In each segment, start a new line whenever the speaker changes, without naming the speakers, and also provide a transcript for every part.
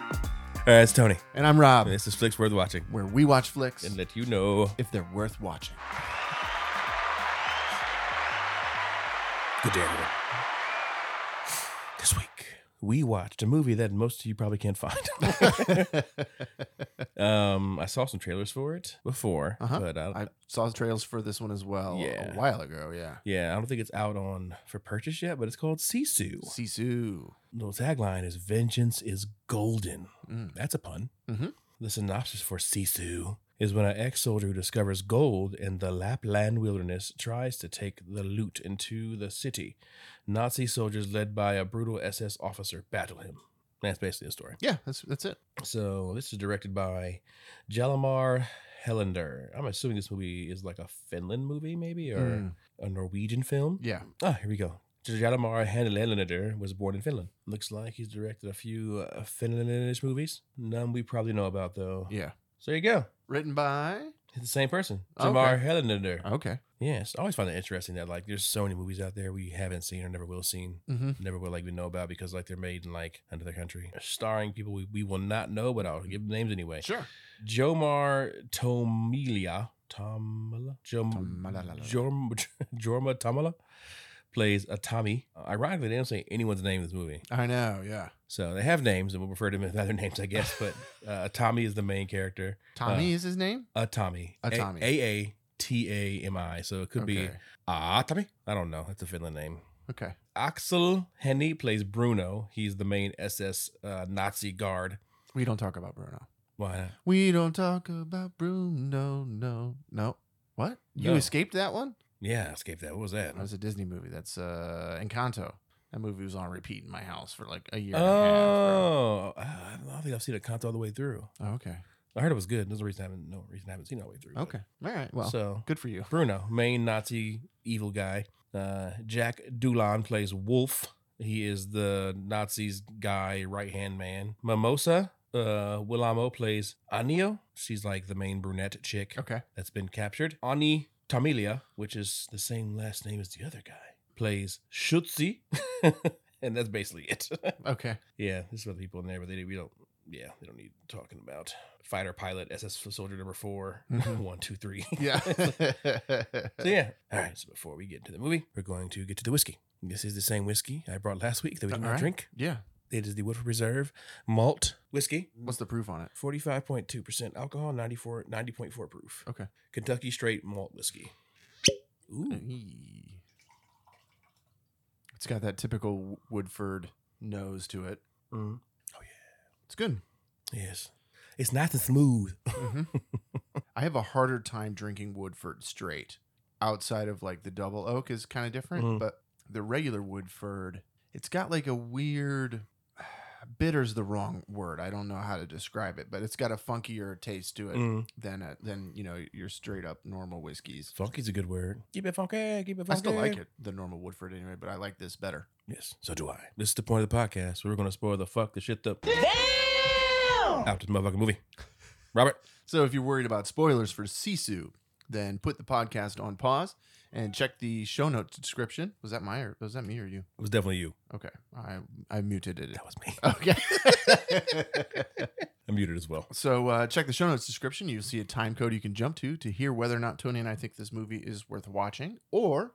All right, Uh, it's Tony.
And I'm Rob,
This is Flicks Worth Watching.
where we watch flicks
And let you know.
if they're worth watching.
Good day, everyone. This week, we watched a movie that most of you probably can't find. um, I saw some trailers for it before,
Uh-huh.
but I,
I saw the trailers for this one as well
Yeah.
a while ago. Yeah.
yeah, I don't think it's out on for purchase yet, but it's called Sisu.
Sisu.
The tagline is Vengeance is Golden.
Mm.
That's a pun.
Mhm.
The synopsis for Sisu is when an ex soldier who discovers gold in the Lapland wilderness tries to take the loot into the city. Nazi soldiers led by a brutal SS officer battle him. That's basically the story.
Yeah, that's that's it.
So, this is directed by Jalamar Helander. I'm assuming this movie is like a Finland movie, maybe, or
Mm.
a Norwegian film.
Yeah.
Ah, here we go. Jalamar Handelander was born in Finland. Looks like he's directed a few uh, Finlandish movies. None we probably know about, though.
Yeah.
So there you go.
Written by.
It's the same person.
Okay. Uh.
Jamar Helander.
Okay.
Yes. I always find it interesting that, like, there's so many movies out there we haven't seen or never will seen,
Mm-hmm.
never will, like, even know about because, like, they're made in, like, another country. Starring people we, we will not know, but I'll give them names anyway.
Sure.
Jomar Tomilia. Tomala? Jom,
Tomalalala.
Jorm, Jorma Tomala plays a Tommy. Uh, Ironically, they don't say anyone's name in this movie.
I know. Yeah.
So they have names and we'll refer to them as other names, I guess. But uh, Tommy is the main character. Uh,
Tommy is his name.
A Tommy.
A Tommy.
A A T A M I. So it could be
Okay.
Ah Tommy. I don't know. That's a Finland name.
Okay.
Axel Henny plays Bruno. He's the main SS uh, Nazi guard.
We don't talk about Bruno.
Why? not?
We don't talk about Bruno. No. No. What? You
No.
escaped that one?
Yeah, I escaped that. What was that?
That was a Disney movie. That's uh Encanto. That movie was on repeat in my house for like a year. And
Oh, I don't think I've seen a conto all the way through.
a half, bro. Oh, okay.
I heard it was good. There's no reason I haven't no reason I haven't seen it all the way through. but-
Okay. All right. Well,
so
good for you.
Bruno, main Nazi evil guy. Uh, Jack Doolan plays Wolf. He is the Nazis' guy, right hand man. Mimosa uh, Willamo plays Anio. She's like the main brunette chick
Okay.
that's been captured. Ani Tamilia, which is the same last name as the other guy, plays Schutzi. and that's basically it.
Okay.
Yeah, there's other people in there, but they we don't. Yeah, they don't need talking about fighter pilot SS soldier number four,
Mhm.
one, two, three.
Yeah.
so yeah. All right. So before we get into the movie, we're going to get to the whiskey. This is the same whiskey I brought last week that we did
All
not
right.
drink.
Yeah.
It is the Woodford Reserve malt whiskey.
What's the proof on it?
45.2% alcohol, 94, 90.4 proof.
Okay.
Kentucky straight malt whiskey. Ooh.
Eee. It's got that typical Woodford nose to it.
Mm.
It's good.
Yes. It's nice and smooth.
I have a harder time drinking Woodford straight. Outside of like the double oak is kind of different,
Mhm.
but the regular Woodford, it's got like a weird bitter's the wrong word. I don't know how to describe it, but it's got a funkier taste to it
Mm.
than a, than you know your straight up normal whiskeys.
Funky's a good word. Keep it funky. Keep it funky.
I still like it, the normal Woodford anyway, but I like this better.
Yes, so do I. This is the point of the podcast where we're going to spoil the fuck, the shit, the out of the motherfucking movie. Robert,
So if you're worried about spoilers for Sisu, then put the podcast on pause and check the show notes description. Was that my or was that me or you?
it was definitely you.
Okay, I I muted it.
That was me.
Okay.
I'm muted as well.
so uh, check the show notes description. You'll see a time code you can jump to to hear whether or not Tony and I think this movie is worth watching, or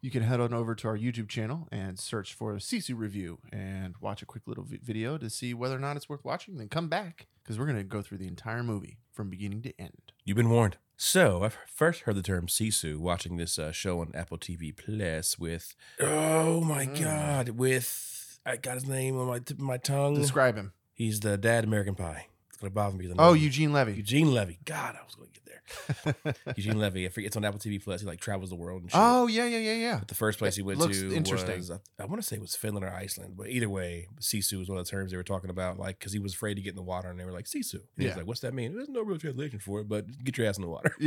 you can head on over to our YouTube channel and search for Sisu Review and watch a quick little vi- video to see whether or not it's worth watching. Then come back because we're going to go through the entire movie from beginning to end.
You've been warned. So I first heard the term Sisu watching this uh, show on Apple TV Plus with oh my
Mm.
god with I got his name on my tip of my tongue.
Describe him.
He's the dad American Pie. It's gonna bother me. the
Oh,
name.
Eugene Levy.
Eugene Levy. God, I was gonna get there. Eugene Levy. I forget. It's on Apple TV Plus. He like travels the world and shit.
oh yeah, yeah, yeah, yeah.
But the first place
It
he went
looks
to
interesting.
was I want to say it was Finland or Iceland, but either way, Sisu was one of the terms they were talking about, like because he was afraid to get in the water, and they were like Sisu. And he was
Yeah.
like, "What's that mean?" There's no real translation for it, but get your ass in the water.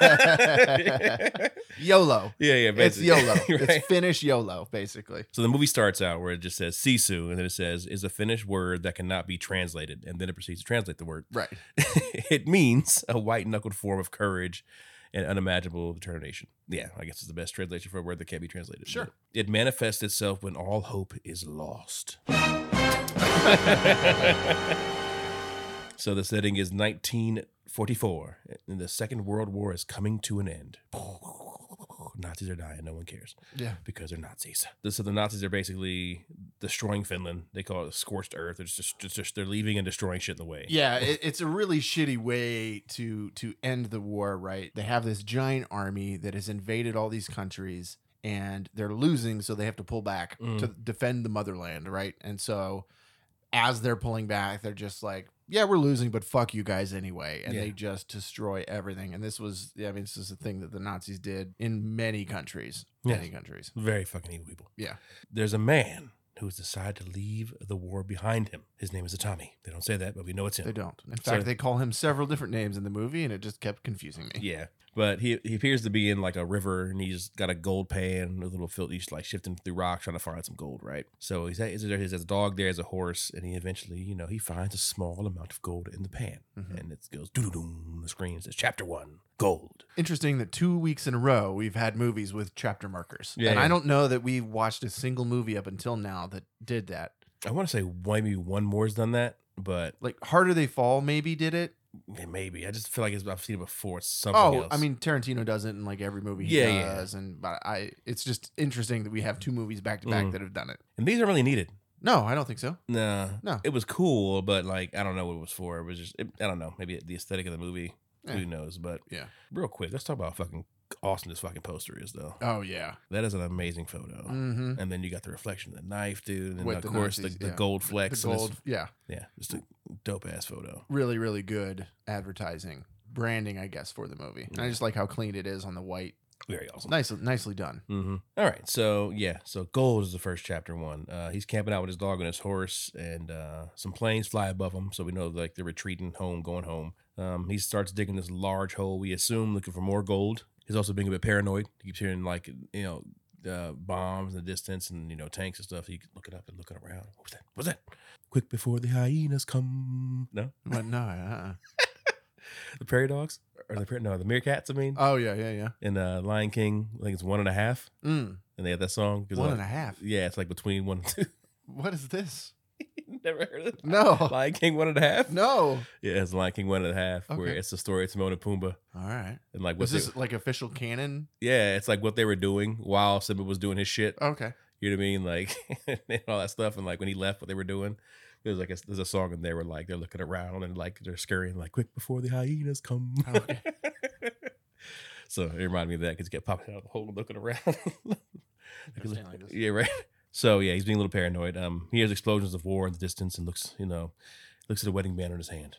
Yeah. YOLO.
yeah, yeah,
It's
basically.
YOLO.
Right?
It's Finnish YOLO, basically.
so the movie starts out where it just says Sisu, and then it says is a Finnish word that cannot be translated, and then it proceeds to translate the word.
Right.
it means a white knuckled form of courage and unimaginable determination. Yeah, I guess it's the best translation for a word that can't be translated.
Sure.
It manifests itself when all hope is lost. So the setting is 1944, and the Second World War is coming to an end. Nazis are dying. No one cares
Yeah.
because they're Nazis. The- So the Nazis are basically destroying Finland. They call it scorched earth. It's just, it's just they're leaving and destroying shit in the way.
Yeah, it, it's a really shitty way to to end the war, right? They have this giant army that has invaded all these countries and they're losing, so they have to pull back
Mm.
to defend the motherland, right? And so as they're pulling back, they're just like, yeah, we're losing, but fuck you guys anyway. And they
Yeah.
just destroy everything. And this was, yeah, I mean, this is a thing that the Nazis did in many countries.
Yes.
Many countries.
Very fucking evil people.
Yeah.
There's a man who has decided to leave the war behind him. His name is Atami. They don't say that, but we know it's him.
They don't. In
So-
fact, they call him several different names in the movie, and it just kept confusing me.
Yeah. But he, he appears to be in like a river and he's got a gold pan, a little filth. He's like shifting through rocks trying to find some gold, right? So he's, he's there. He has a dog there, has a horse, and he eventually, you know, he finds a small amount of gold in the pan.
Mhm.
And it goes doo doo doo. The screen says, Chapter one, gold.
interesting that two weeks in a row we've had movies with chapter markers.
Yeah,
and
yeah.
I don't know that we watched a single movie up until now that did that.
I want to say maybe one more has done that, but
Like Harder They Fall maybe did it.
maybe. I just feel like it's, I've seen it before. It's something
oh,
else.
I mean Tarantino does it in like every movie he
Yeah, yeah.
does and but I it's just interesting that we have two movies back to back
Mm.
that have done it.
and these aren't really needed.
No, I don't think so.
Nah.
No.
It was cool, but like I don't know what it was for. It was just it, I don't know. Maybe the aesthetic of the movie.
Eh.
Who knows? But
Yeah.
Real quick, let's talk about how fucking awesome this fucking poster is though.
Oh yeah.
That is an amazing photo.
Mhm.
And then you got the reflection of the knife, dude. And
With
of
the
course
Nazis,
the, the
yeah.
gold
The
flex. and this-
gold, yeah.
yeah. Just a dope ass photo.
Really really good advertising, branding I guess for the movie. And I
Yeah.
just like how clean it is on the white.
Very awesome.
Nicely nicely done.
Mhm. All right. So yeah. So gold is the first chapter one. Uh, he's camping out with his dog and his horse, and uh, some planes fly above him. So we know like they're retreating home, going home. Um, he starts digging this large hole. We assume looking for more gold. He's also being a bit paranoid. He keeps hearing like you know uh, bombs in the distance and you know tanks and stuff. He looking up and looking around. What was that? What was that? Quick before the hyenas come. No,
But no, uh-uh.
the prairie dogs or the pra- no the meerkats. I mean,
Oh yeah, yeah, yeah.
in uh, Lion King, I think it's one and a half,
Mm,
and they have that song. uh, 'cause,
one
like,
and a half.
Yeah, it's like between one and two.
What is this?
Never heard of that.
No,
Lion King one and a half.
no.
yeah, it's Lion King one and a half, where
Okay.
it's the story of Timon and Pumbaa
All right.
and like what
Was
they,
this like official canon?
yeah, it's like what they were doing while Simba was doing his shit.
Okay.
You know what I mean? Like and all that stuff, and like when he left, what they were doing. There's like a, there's a song in there where like they're looking around and like they're scurrying like quick before the hyenas come.
Oh, okay.
so it reminded me of that because he kept popping out of the hole and looking around.
Gotta stand like this.
Yeah, right. So yeah, he's being a little paranoid. Um, he hears explosions of war in the distance and looks, you know, looks at a wedding banner in his hand.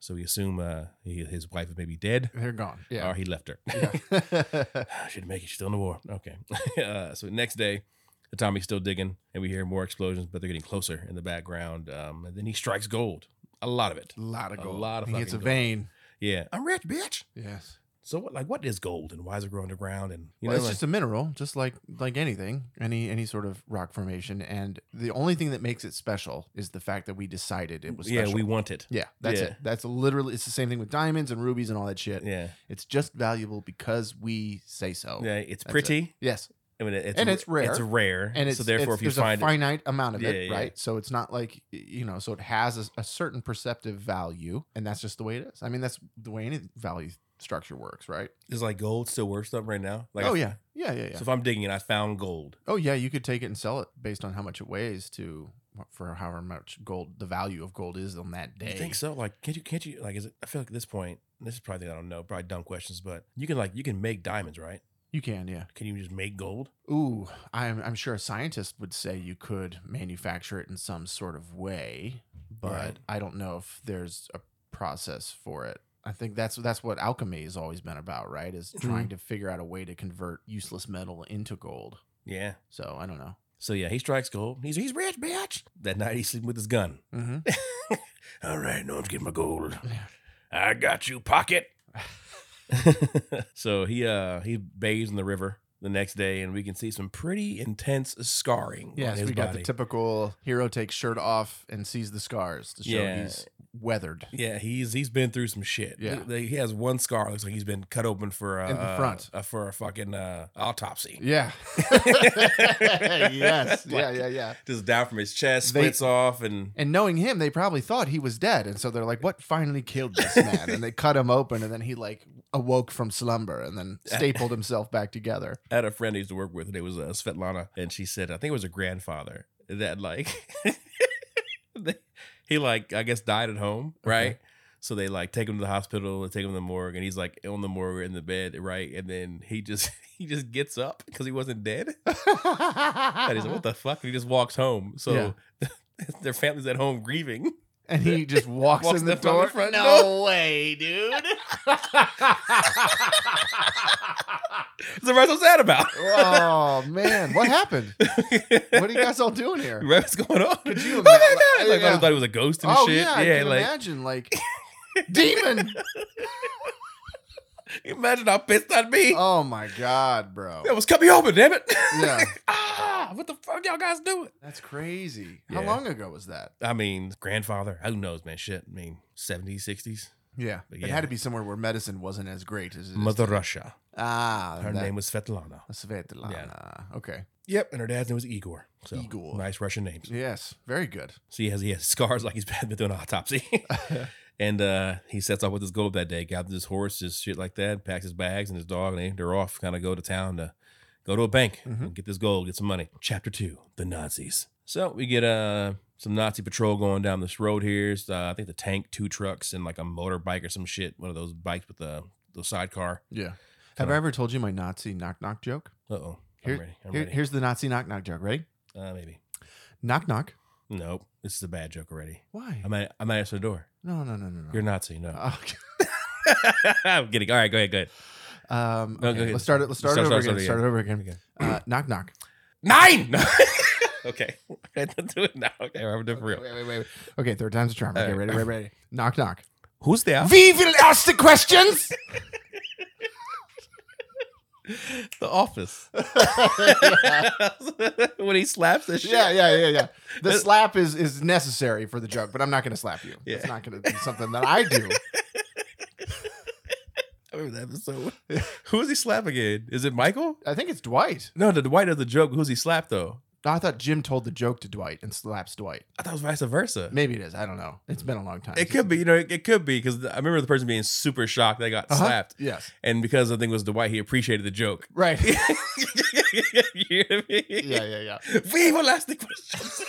So we assume uh, he, his wife is maybe dead,
They're gone.
or
Yeah.
he left her.
Yeah.
Should make it. She's still in the war. Okay. uh, so next day, Tommy's still digging, and we hear more explosions, but they're getting closer in the background. Um, and then he strikes gold, a lot of it.
a lot of
A
gold.
lot of
He gets a
fucking gold.
vein.
Yeah, I'm rich, bitch.
Yes.
So what? Like, what is gold, and why is it growing underground? And you
Well,
know,
it's
like-
just a mineral, just like like anything, any any sort of rock formation. And the only thing that makes it special is the fact that we decided it was.
yeah,
special.
we want it.
Yeah, that's
Yeah.
it. That's literally. It's the same thing with diamonds and rubies and all that shit.
Yeah,
It's just valuable because we say so.
yeah. It's
Oh, That's it.
pretty.
Yes.
I mean, it's,
And it's rare.
It's rare,
and it's,
so therefore,
it's-
if you
there's
find
a finite amount of
Yeah,
it,
yeah.
right? So it's not like you know, so it has a, a certain perceptive value, and that's just the way it is. I mean, that's the way any value structure works, right?
it, is like gold still worth something right now? Like,
oh
I-
yeah, yeah, yeah, yeah.
So if I'm digging and I found gold,
oh yeah, you could take it and sell it based on how much it weighs to for however much gold the value of gold is on that
do
day.
you think so? Like, can't you? Can't you? Like, is it? I feel like at this point, this is probably I don't know, probably dumb questions, but you can like you can make diamonds, right?
You can, yeah.
Can you just make gold?
Ooh, I'm I'm sure a scientist would say you could manufacture it in some sort of way, but
Right.
I don't know if there's a process for it. I think that's that's what alchemy has always been about, right? Is trying to figure out a way to convert useless metal into gold.
Yeah.
So I don't know.
So yeah, he strikes gold. He's he's rich, bitch. That night he's sleeping with his gun.
Mm-hmm.
All right, no one's getting my gold. I got you, pocket. so he uh he bathes in the river the next day, and we can see some pretty intense scarring. on
yes,
his
we got
body.
the typical hero takes shirt off and sees the scars to show
Yeah.
he's weathered
Yeah, he's he's been through some shit.
Yeah.
They- he has one scar. Looks like he's been cut open for a
In the front.
uh, for a fucking uh, autopsy.
yeah yes yeah
Like-
yeah yeah
Just down from his chest,
They-
splits off, and
and knowing him they probably thought he was dead and so they're like what finally killed this man and they cut him open and then he like awoke from slumber and then stapled himself back together
I had a friend I used to work with, and it was uh, Svetlana, and she said, I think it was her grandfather that like they- he like I guess died at home, right?
Okay.
So they like take him to the hospital, they take him to the morgue, and he's like on the morgue in the bed, right? And then he just he just gets up because he wasn't dead, and he's like, "What the fuck?" And he just walks home. So their family's at home grieving.
and he just walks,
Walks
in the
left on the
door.
front
way, dude.
So what's so sad about?
oh man, what happened? What are
what
you guys all doing here?
What's going on?
Could you
oh my
imagine-
god! Like,
yeah.
I thought it was a ghost and
oh
shit.
yeah, I can
like
imagine like demon.
imagine how pissed I'd be.
Oh my god, bro.
That was cut me open, damn it.
Yeah.
ah, what the fuck y'all guys doing?
That's crazy. How
Yeah.
long ago was that?
I mean, grandfather, who knows, man? Shit. I mean, 70s, 60s.
Yeah,
But
it
yeah.
had to be somewhere where medicine wasn't as great as it is.
Mother
today.
Russia.
Ah,
Her
that-
name was Svetlana.
Svetlana. Okay.
Yep. And her dad's name was Igor. So
Igor.
Nice Russian names.
Yes. Very good.
So he has, he has scars like he's been through an autopsy. and uh, he sets off with his gold that day, gathers his horse, his shit like that, packs his bags and his dog, and they, they're off, kind of go to town to go to a bank
Mhm.
and get this gold, get some money. Chapter two, the Nazis. So we get uh, some Nazi patrol going down this road here. It's, uh, I think the tank, two trucks, and like a motorbike or some shit, one of those bikes with the, the sidecar.
Yeah. Have
Kinda-
I ever told you my Nazi knock knock joke?
Uh oh.
Here-
I'm ready. I'm
Here-
ready.
here's the Nazi knock knock joke. Ready?
Uh, maybe.
Knock knock.
Nope. This is a bad joke already.
Why?
I might, I might answer the door.
no, no, no, no, no.
You're Nazi. No.
Okay.
I'm kidding. All right, go ahead, go ahead.
Um,
No, go
okay,
ahead.
Let's start it. Let's start,
Start-
it over
start-
again.
start
Start it over again.
Okay.
Uh, knock knock.
Nine. okay, I don't do it now. Okay, I'm doing it for
Wait,
real.
wait, wait, wait. Okay, third time's a charm. Okay,
All right.
ready, ready, ready. Knock knock.
Who's there?
We will ask the questions.
The Office.
yeah,
when he slaps the shit.
yeah, yeah, yeah. The
That-
slap is is necessary for the joke, but I'm not going to slap you.
Yeah.
It's not going to be something that I do.
I remember that episode. Who is he slap again? Is it Michael?
I think it's Dwight.
No, the Dwight of the joke. Who's he slap though?
No, I thought Jim told the joke to Dwight and slaps Dwight.
I thought it was vice versa.
Maybe it is. I don't know. It's been a long time.
It could be, you know, it, it could be because I remember the person being super shocked they got
Uh-huh.
slapped,
Yes.
and because the thing was Dwight, he appreciated the joke.
Right.
you know what I mean?
yeah, yeah, yeah.
We will ask the questions.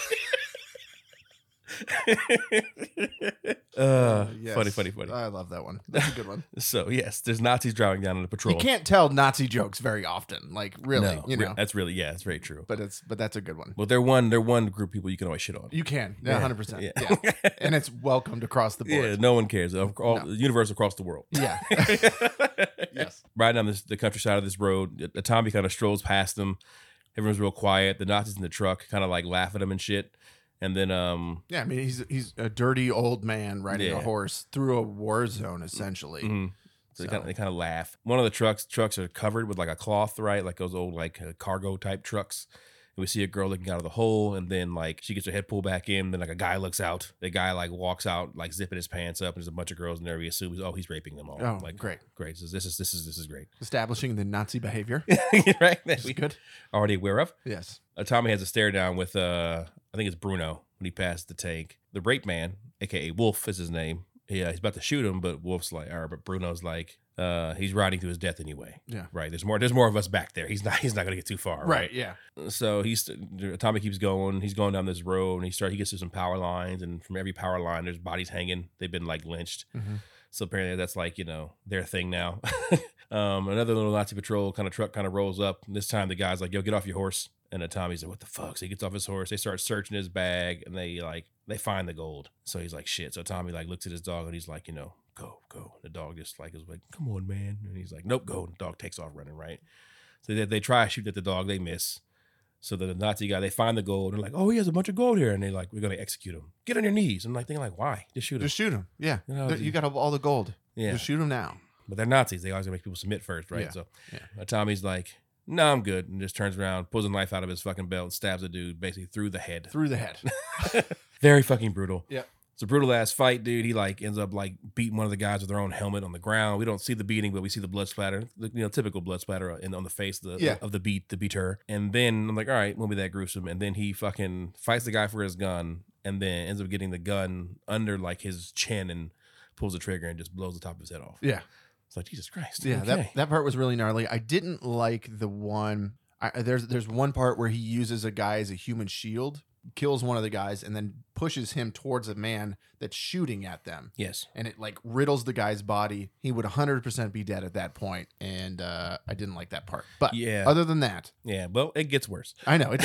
uh,
Oh, yes.
Funny, funny, funny.
I love that one. That's a good one.
so yes, there's Nazis driving down on the patrol.
You can't tell Nazi jokes very often, like really,
No,
you
re-
know.
that's really yeah, it's very true. But
But it's but that's a good one.
well, they're one they're one group of people you can always shit on.
You can, yeah, hundred percent,
Yeah,
yeah. And it's welcomed across the
yeah.
board.
No one cares. Of All,
No.
the Universe across the world.
Yeah. yes.
Right down this, the countryside of this road, a Tommy kind of strolls past them. Everyone's real quiet. The Nazis in the truck kind of like laugh at him and shit. And then um,
Yeah. I mean, he's he's a dirty old man riding a
Yeah.
horse through a war zone, essentially.
mhm. So they
So-
kind of they kind of laugh. One of the trucks trucks are covered with like a cloth, right? Like those old like uh, cargo type trucks. And we see a girl looking out of the hole, and then like she gets her head pulled back in. Then like a guy looks out. The guy like walks out, like zipping his pants up, and there's a bunch of girls in there. We assume, he's- oh, he's raping them all.
Oh,
like
great!
great. This is this is this is this is great,
Establishing the Nazi behavior.
right?
Which
That
is
we
good.
already aware of.
Yes.
Uh, Tommy has a stare down with uh, I think it's Bruno when he passed the tank. The rape man, aka Wolf, is his name. Yeah, he's about to shoot him, but Wolf's like, or but Bruno's like, uh, he's riding to his death anyway.
Yeah.
right. There's more. There's more of us back there. He's not. He's not gonna get too far.
Right. Yeah.
So he's Tommy keeps going. He's going down this road, and he start. He gets to some power lines, and from every power line, there's bodies hanging. They've been like lynched.
Mhm.
So apparently that's like, you know, their thing now. um, another little Nazi patrol kind of truck kind of rolls up. And this time the guy's like, yo, get off your horse. And then Tommy's like, what the fuck? So he gets off his horse. They start searching his bag and they like, they find the gold. So he's like, shit. So Tommy like looks at his dog and he's like, you know, go, go. The dog just like is like, come on, man. And he's like, nope, go. And the dog takes off running, right? So they, they try to shoot at the dog. They miss. So the Nazi guy, they find the gold. They're like, oh, he has a bunch of gold here. And they're like, we're going to execute him. Get on your knees. And like, they're like, why? Just shoot him.
Just shoot him. Yeah.
You know,
There- you got all the gold.
yeah.
Just shoot him now.
But they're Nazis. They always gonna make people submit first, right?
Yeah.
So
Yeah.
uh, Tommy's like, "No, I'm good," and just turns around, pulls a knife out of his fucking belt, and stabs a dude basically through the head.
Through the head.
Very fucking brutal.
Yeah.
It's a brutal ass fight, dude. He like ends up like beating one of the guys with their own helmet on the ground. We don't see the beating, but we see the blood splatter, the, you know, typical blood splatter in, on the face of the,
Yeah.
of the beat, the beater. And then I'm like, all right, won't be that gruesome. And then he fucking fights the guy for his gun, and then ends up getting the gun under like his chin and pulls the trigger and just blows the top of his head off.
Yeah.
It's like Jesus Christ.
Yeah,
okay.
that, that part was really gnarly. I didn't like the one. I, there's there's one part where he uses a guy as a human shield, kills one of the guys, and then pushes him towards a man that's shooting at them,
yes.
and it like riddles the guy's body. He would 100 percent be dead at that point, and uh, I didn't like that part. But
Yeah.
other than that,
yeah. Well, it gets worse.
I know it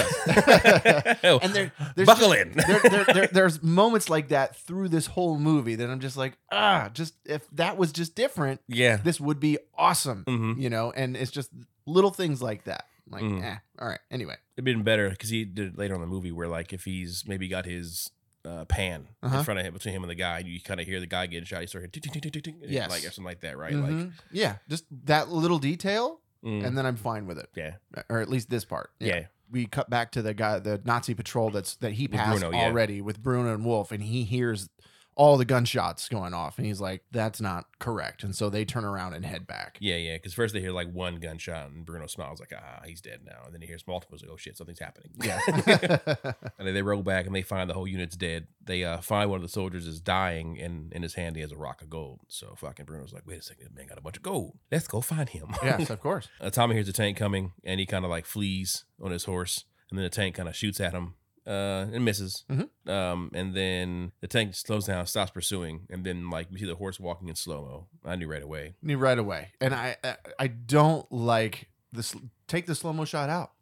does. and there, there's
buckle
just-
in.
there, there, there, there's moments like that through this whole movie that I'm just like, ah, just if that was just different,
yeah.
this would be awesome
Mm-hmm.
you know and it's just little things like that like
Mm.
eh, all right anyway
It'd been better because he did it later on in the movie where like if he's maybe got his uh, pan
Uh-huh.
in front of him between him and the guy, you kind of hear the guy getting shot. You start hearing tick, tick, tick, tick, tick, tick,
Yes.
like or something like that, right? Like,
Mhm. yeah just that little detail
mm,
Mm-hmm. and then i'm fine with it
yeah,
or at least this part
yeah,
we cut back to the guy the nazi patrol that's that he
With
passed
Bruno, yeah.
already with bruno and wolf and he hears all the gunshots going off and he's like that's not correct and so they turn around and head back
yeah, yeah. Because first they hear like one gunshot and Bruno smiles like ah he's dead now, and then he hears multiple. He's like oh shit something's happening. and then they roll back and they find the whole unit's dead. They uh, find one of the soldiers is dying, and in his hand he has a rock of gold. So fucking Bruno's like wait a second, this man got a bunch of gold. Let's go find him.
yes of course
Uh, Tommy hears the tank coming, and he kind of like flees on his horse, and then the tank kind of shoots at him uh, and misses.
Mhm.
Um, and then the tank slows down, stops pursuing, and then like we see the horse walking in slow mo. I knew right away.
me right away and i I- i don't like this take the slow-mo shot out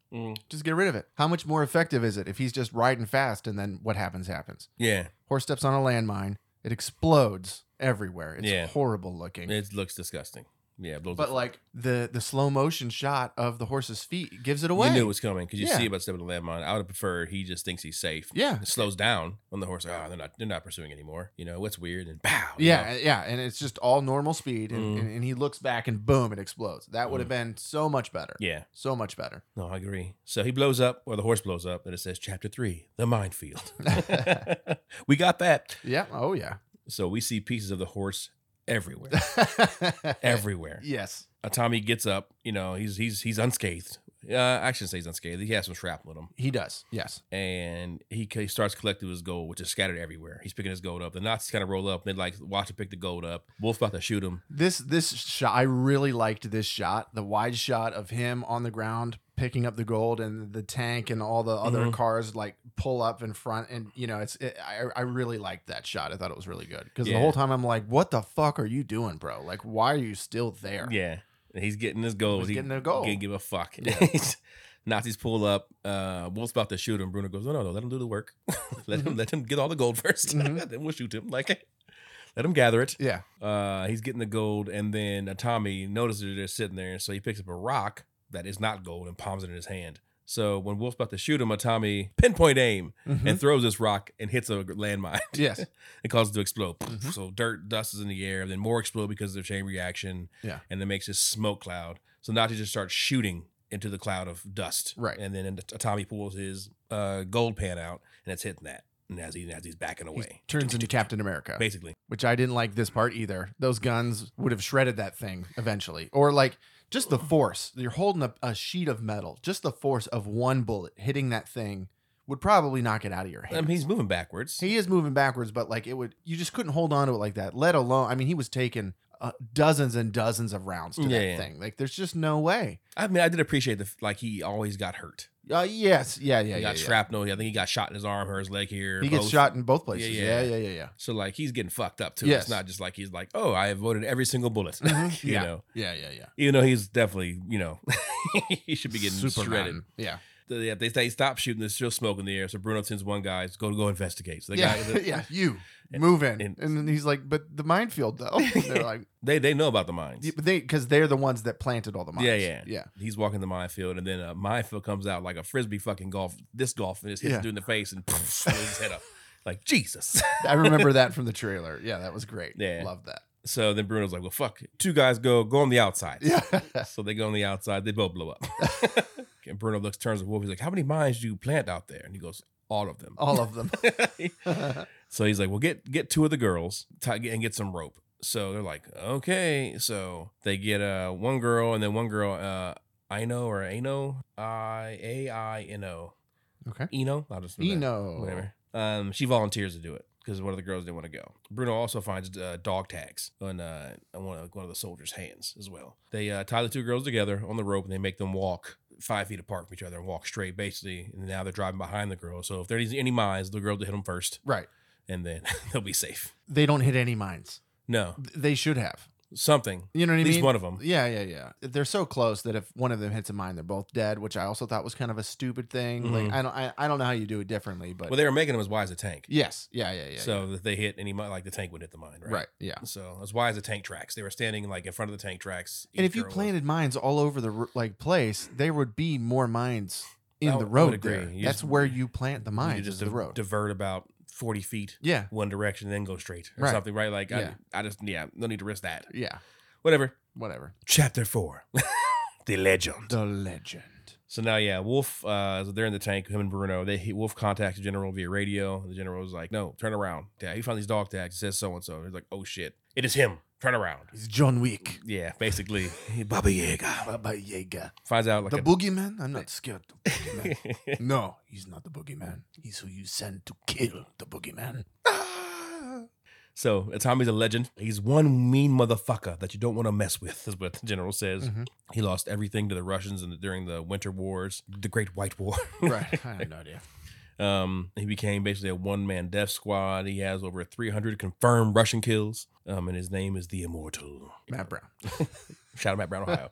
Just get rid of it. How much more effective is it if he's just riding fast and then what happens happens?
Yeah,
Horse steps on a landmine, it explodes everywhere. It's
Yeah.
horrible looking.
it looks disgusting. Yeah, it blows
but
the-
like the the slow motion shot of the horse's feet gives it away.
you knew it was coming because you
Yeah.
see about stepping the landmine. I would have preferred he just thinks he's safe.
yeah.
It slows down on the horse. Ah, they're not they're not pursuing anymore. You know what's weird and pow. you
Yeah,
know.
yeah, and it's just all normal speed, and,
Mm.
and, and he looks back and boom, it explodes. That would have been so much better,
yeah.
so much better.
No, I agree. So he blows up, or the horse blows up, and it says chapter three, the minefield. we got that.
Yeah, oh yeah,
So we see pieces of the horse everywhere. everywhere.
yes,
Uh, Tommy gets up, you know, he's he's he's unscathed. Uh, I shouldn't say he's unscathed. He has some shrapnel in him.
he does. Yes,
And he, c- he starts collecting his gold, which is scattered everywhere. He's picking his gold up. The Nazis kind of roll up. They like watch him pick the gold up. Wolf about to shoot him.
This this shot I really liked this shot, the wide shot of him on the ground picking up the gold and the tank and all the other
Mhm.
cars like pull up in front and you know it's it, I I really liked that shot. I thought it was really good because
Yeah.
the whole time I'm like, what the fuck are you doing, bro? Like, why are you still there?
Yeah. And he's getting his gold.
He's getting their gold.
Can't give a fuck. Nazis pull up. Uh, Wolf's about to shoot him. Bruno goes, "No, no, no! Let him do the work. let
Mm-hmm.
him, let him get all the gold 1st
Mhm.
then we'll shoot him. Like, let him gather it.
Yeah.
Uh, he's getting the gold, and then uh, Tommy notices that they're sitting there, so he picks up a rock that is not gold and palms it in his hand. So when Wolf's about to shoot him, a Tommy pinpoint aim
Mhm.
and throws this rock and hits a landmine.
yes.
it causes it to explode.
Mhm.
So dirt, dust is in the air, then more explode because of the chain reaction.
Yeah.
And then makes this smoke cloud. So Nazi just starts shooting into the cloud of dust.
Right.
And then and Tommy pulls his uh, gold pan out and it's hitting that. And as he as he's backing
He
away.
turns into Captain America,
Basically.
which I didn't like this part either. Those guns would have shredded that thing eventually, or like just the force. You're holding a, a sheet of metal. Just the force of one bullet hitting that thing would probably knock it out of your
I
hand.
mean Um, he's moving backwards.
he is moving backwards, but like it would, you just couldn't hold on to it like that. Let alone, I mean, he was taking uh, dozens and dozens of rounds to
Yeah,
that
yeah.
thing. Like, there's just no way.
I mean, I did appreciate the f- like he always got hurt.
Uh, yes, yeah,
Yeah,
yeah,
he
yeah.
got
yeah.
shrapnel. I think he got shot in his arm or his leg here.
He gets
both.
shot in both places.
Yeah, yeah.
Yeah, yeah, yeah, yeah.
So like he's getting fucked up too.
Yes.
It's not just like he's like, oh, I avoided every single bullet.
Mhm.
you
Yeah.
know,
Yeah, yeah, yeah.
even though he's definitely, you know, he should be getting shredded.
Superman. Yeah.
They- yeah, they, they stop shooting. There's still smoke in the air. So Bruno sends one guy to go go investigate. So the
yeah,
guy, the-
yeah, you
And-
move in,
and-
and then he's like, "But the minefield, though." They're like,
they they know about the mines.
yeah, "But they, because they're the ones that planted all the mines."
Yeah, yeah.
yeah.
He's walking the minefield, and then a minefield comes out like a frisbee fucking golf, this golf, and just hits
Yeah.
him in the face and blows his head up. Like Jesus.
I remember that from the trailer. Yeah, that was great.
Yeah.
love that.
So then Bruno's like, "Well, fuck. it. Two guys go go on the outside."
Yeah,
So they go on the outside. They both blow up. and Bruno looks, turns to Wolf. He's like, "How many mines do you plant out there?" And he goes, "All of them."
all of them.
So he's like, "Well, get get two of the girls tie, and get some rope." So they're like, "Okay." So they get uh one girl and then one girl uh Ino or Ano I A I N O
Okay.
Eno. I'll just remember that
Eno.
whatever. Um, she volunteers to do it because one of the girls didn't want to go. Bruno also finds uh, dog tags on, uh, on one, of, one of the soldiers' hands as well. They uh, tie the two girls together on the rope and they make them walk five feet apart from each other and walk straight, basically. And now they're driving behind the girl. So if there's any mines, the girl to hit them first
Right.
and then they'll be safe.
They don't hit any mines.
No,
Th- They should have.
something.
You know what
At
I
least
mean?
one of them.
Yeah, yeah, yeah. They're so close that if one of them hits a mine, they're both dead, which I also thought was kind of a stupid thing. Like
Mhm.
I don't, I, I don't know how you do it differently, but
Well, they were making them as wide as a tank.
yes, yeah, yeah, yeah.
so that they hit any mine, like the tank would hit the mine,
yeah.
right?
right, yeah.
So as wide as the tank tracks. They were standing like in front of the tank tracks.
And
each
if you
girl was-
planted mines all over the r- like place, there would be more mines in
I
the
would
road.
agree.
There.
You
That's
just-
where you plant the
You
mines.
could
Just
just
the
di-
road.
divert about 40 feet
yeah,
one direction and then go straight or
Right.
something, right? Like,
Yeah.
I, I just, yeah, no need to risk that.
yeah.
Whatever.
Whatever.
Chapter four The Legend.
The legend.
So now, yeah, Wolf, uh, so they're in the tank, him and Bruno. They he- Wolf contacts the general via radio. The general was like, no, turn around. Yeah, he found these dog tags. It says so and so. He's like, oh shit, it is him. Turn around.
It's John Wick.
Yeah, basically, Baba Yaga
Baba Yaga.
finds out like
the
a-
boogeyman? I'm not scared of the boogeyman. No, he's not the boogeyman. He's who you send to kill the boogeyman. Ah!
so Tommy's a legend. He's one mean motherfucker that you don't want to mess with, is what the general says.
Mhm.
He lost everything to the Russians in the, during the Winter Wars, the Great White War.
Right. I have no idea.
um, he became basically a one man death squad. He has over 300 confirmed Russian kills. Um, and his name is the Immortal.
Matt Brown.
Shout out Matt Brown, Ohio.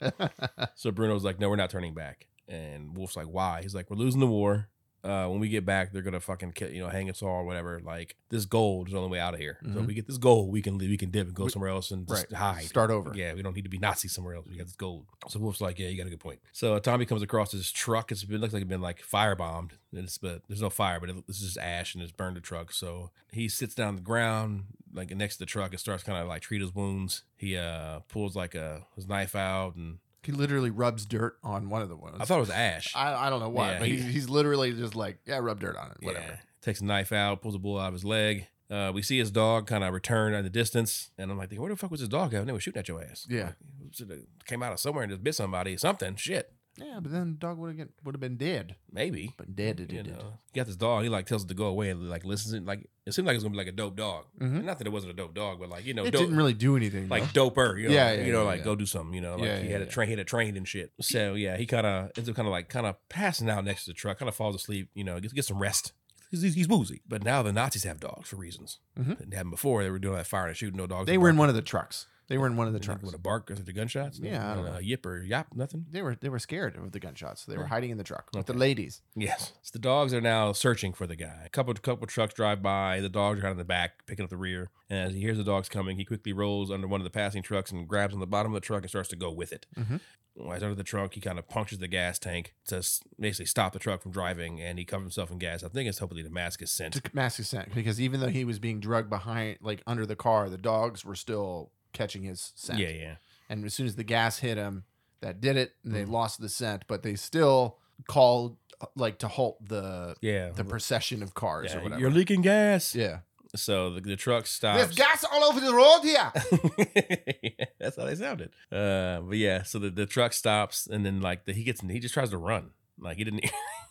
so Bruno's like, no, we're not turning back. And Wolf's like, why? He's like, we're losing the war. Uh, when we get back, they're gonna fucking kill, you know, hang us all or whatever. Like this gold is the only way out of here. So
Mhm.
if we get this gold, we can leave, we can dip and go
We-
somewhere else and just
right.
hide.
Start over.
Yeah, we don't need to be Nazi somewhere else. We got this gold. So Wolf's like, yeah, you got a good point. So Tommy comes across this truck. It's been looks like it's been like firebombed. And it's but there's no fire, but it, it's just ash and it's burned the truck. So he sits down on the ground like next to the truck and starts kind of like treat his wounds. He uh pulls like a his knife out and
He literally rubs dirt on one of the ones.
I thought it was ash.
I, I don't know why,
Yeah,
but
he-
he's, he's literally just like, yeah, rub dirt on it, whatever.
Yeah. Takes a knife out, pulls a bullet out of his leg. Uh, we see his dog kind of return in the distance, and I'm like, where the fuck was his dog at? And they were shooting at your ass.
Yeah.
Like, should've came out of somewhere and just bit somebody, something, shit,
Yeah, but then the dog would have would have been dead.
maybe.
But dead it
you
did.
know, he got this dog. He like tells it to go away and like listens. And, like it seemed like it's gonna be like a dope dog.
Mhm.
Not that it wasn't a dope dog, but like you know,
it
dope,
didn't really do anything.
like
though.
doper. You know,
Yeah,
like,
yeah,
you know,
yeah,
like
yeah.
go do something. You know, like
Yeah,
he
yeah,
had a
yeah.
train, he had a train and shit. So yeah, he kind of ends up kind of like kind of passing out next to the truck, kind of falls asleep. You know, gets gets some rest. He's, he's, he's woozy. But now the Nazis have dogs for reasons.
Mhm.
Didn't have them before. They were doing that firing and shooting. No dogs.
they were in one of the trucks. They were in one of the
the truck
trucks.
with a bark or the gunshots.
Yeah, I don't know.
A yip or yap, nothing.
They were they were scared of the gunshots. So they were
Hmm.
hiding in the truck with the
Okay.
ladies.
Yes. So the dogs are now searching for the guy. A couple couple trucks drive by. The dogs are out in the back, picking up the rear. And as he hears the dogs coming, he quickly rolls under one of the passing trucks and grabs on the bottom of the truck and starts to go with it.
Mhm.
While he's under the trunk, he kind of punctures the gas tank to s- basically stop the truck from driving, and he covers himself in gas. I think it's hopefully Damascus scent.
to mass scent because even though he was being drugged behind, like under the car, the dogs were still catching his scent.
Yeah, yeah.
And as soon as the gas hit him, that did it. And they
Mhm.
lost the scent, but they still called uh, like to halt the
Yeah.
the procession of cars or
Um, yeah,
whatever.
You're leaking gas.
yeah,
So the, the truck stops.
there's gas all over the road here.
That's how they sounded. Uh, but yeah, so the, the truck stops, and then like the, he gets, he just tries to run. Like he didn't.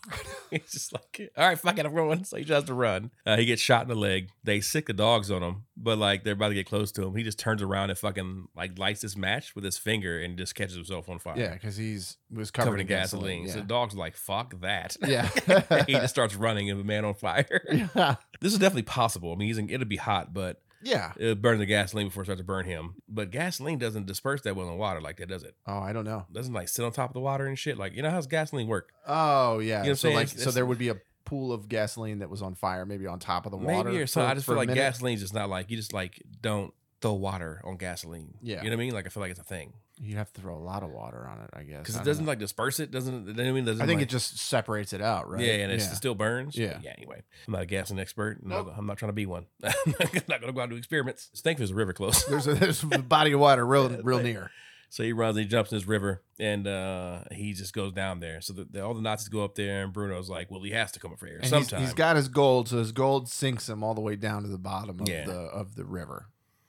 he's just like, all right, fuck it, I'm going. So he tries to run. Uh, he gets shot in the leg. They sick the dogs on him, but like they're about to get close to him. He just turns around and fucking like lights this match with his finger and just catches himself on fire.
yeah, because he's was covered,
Covered, in gasoline. So the dog's like, fuck that.
Yeah.
he just starts running and the man on fire.
Yeah. yeah.
this is definitely possible. I mean, he's in, it'll be hot, but
Yeah.
it would uh, burn the gasoline before it starts to burn him. But gasoline doesn't disperse that well in water like that, does it?
Oh, I don't know.
Doesn't like sit on top of the water and shit. Like you know how's gasoline work?
Oh yeah.
You know what I'm
so
saying?
like
It's-
so
it's-
there would be a pool of gasoline that was on fire, maybe on top of the water.
Maybe or something.
for-
I just
for
feel
a
like
minute.
gasoline's just not like you just like don't throw water on gasoline. you
Yeah.
know what I mean. Like I feel like it's a thing
You'd have to throw a lot of water on it, I guess.
because
I
it
don't
doesn't
know.
like disperse it. Doesn't. You know what I mean? Doesn't,
I think
like-
it just separates it out, right?
Yeah, and it's,
Yeah.
it still burns.
Yeah.
yeah. Anyway, I'm not a gasoline expert. and
Nope.
I'm not trying to be one. I'm not going to go out and do experiments. Thankfully, there's a river close.
there's a, there's a body of water real
Yeah,
real
like-
near.
So he runs, he jumps in this river, and uh, he just goes down there. So the, the, all the Nazis go up there, and Bruno's like, "Well, he has to come up for air
And he's-
sometime."
he's got his gold, so his gold sinks him all the way down to the bottom of
Yeah.
the of the river.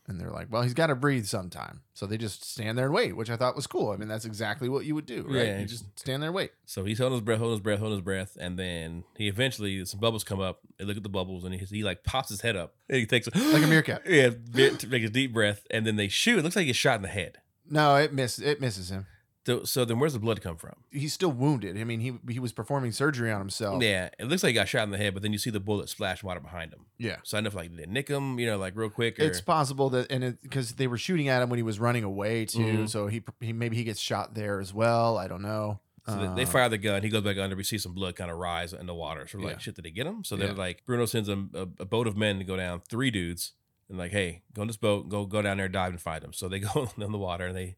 And they're like, well, he's got to breathe sometime. So they just stand there and wait, which I thought was cool. I mean, that's exactly what you would do, right?
Yeah,
you just stand there and wait.
so he's holding his breath, holding his breath, holding his breath, and then he eventually some bubbles come up. They look at the bubbles, and he, he like pops his head up, and he takes a,
Like a meerkat.
Yeah, be- to make a deep breath, and then they shoot. It looks like he gets shot in the head.
No, it miss it misses him.
So, so then where's the blood come from?
He's still wounded. I mean, he he was performing surgery on himself.
Yeah, it looks like he got shot in the head, but then you see the bullet splash water behind him.
Yeah.
So I don't know if like did they nick him, you know, like real quick. Or,
It's possible that and because they were shooting at him when he was running away too,
Mhm.
so he, he maybe he gets shot there as well. I don't know.
So they- they
Uh,
fire the gun. He goes back under. We see some blood kind of rise in the water. So we're
Yeah.
like, shit, did they get him? So
Yeah.
they're like, Bruno sends a, a, a boat of men to go down, three dudes, and like, hey, go on this boat, go go down there, dive and find them. So they go in the water and they,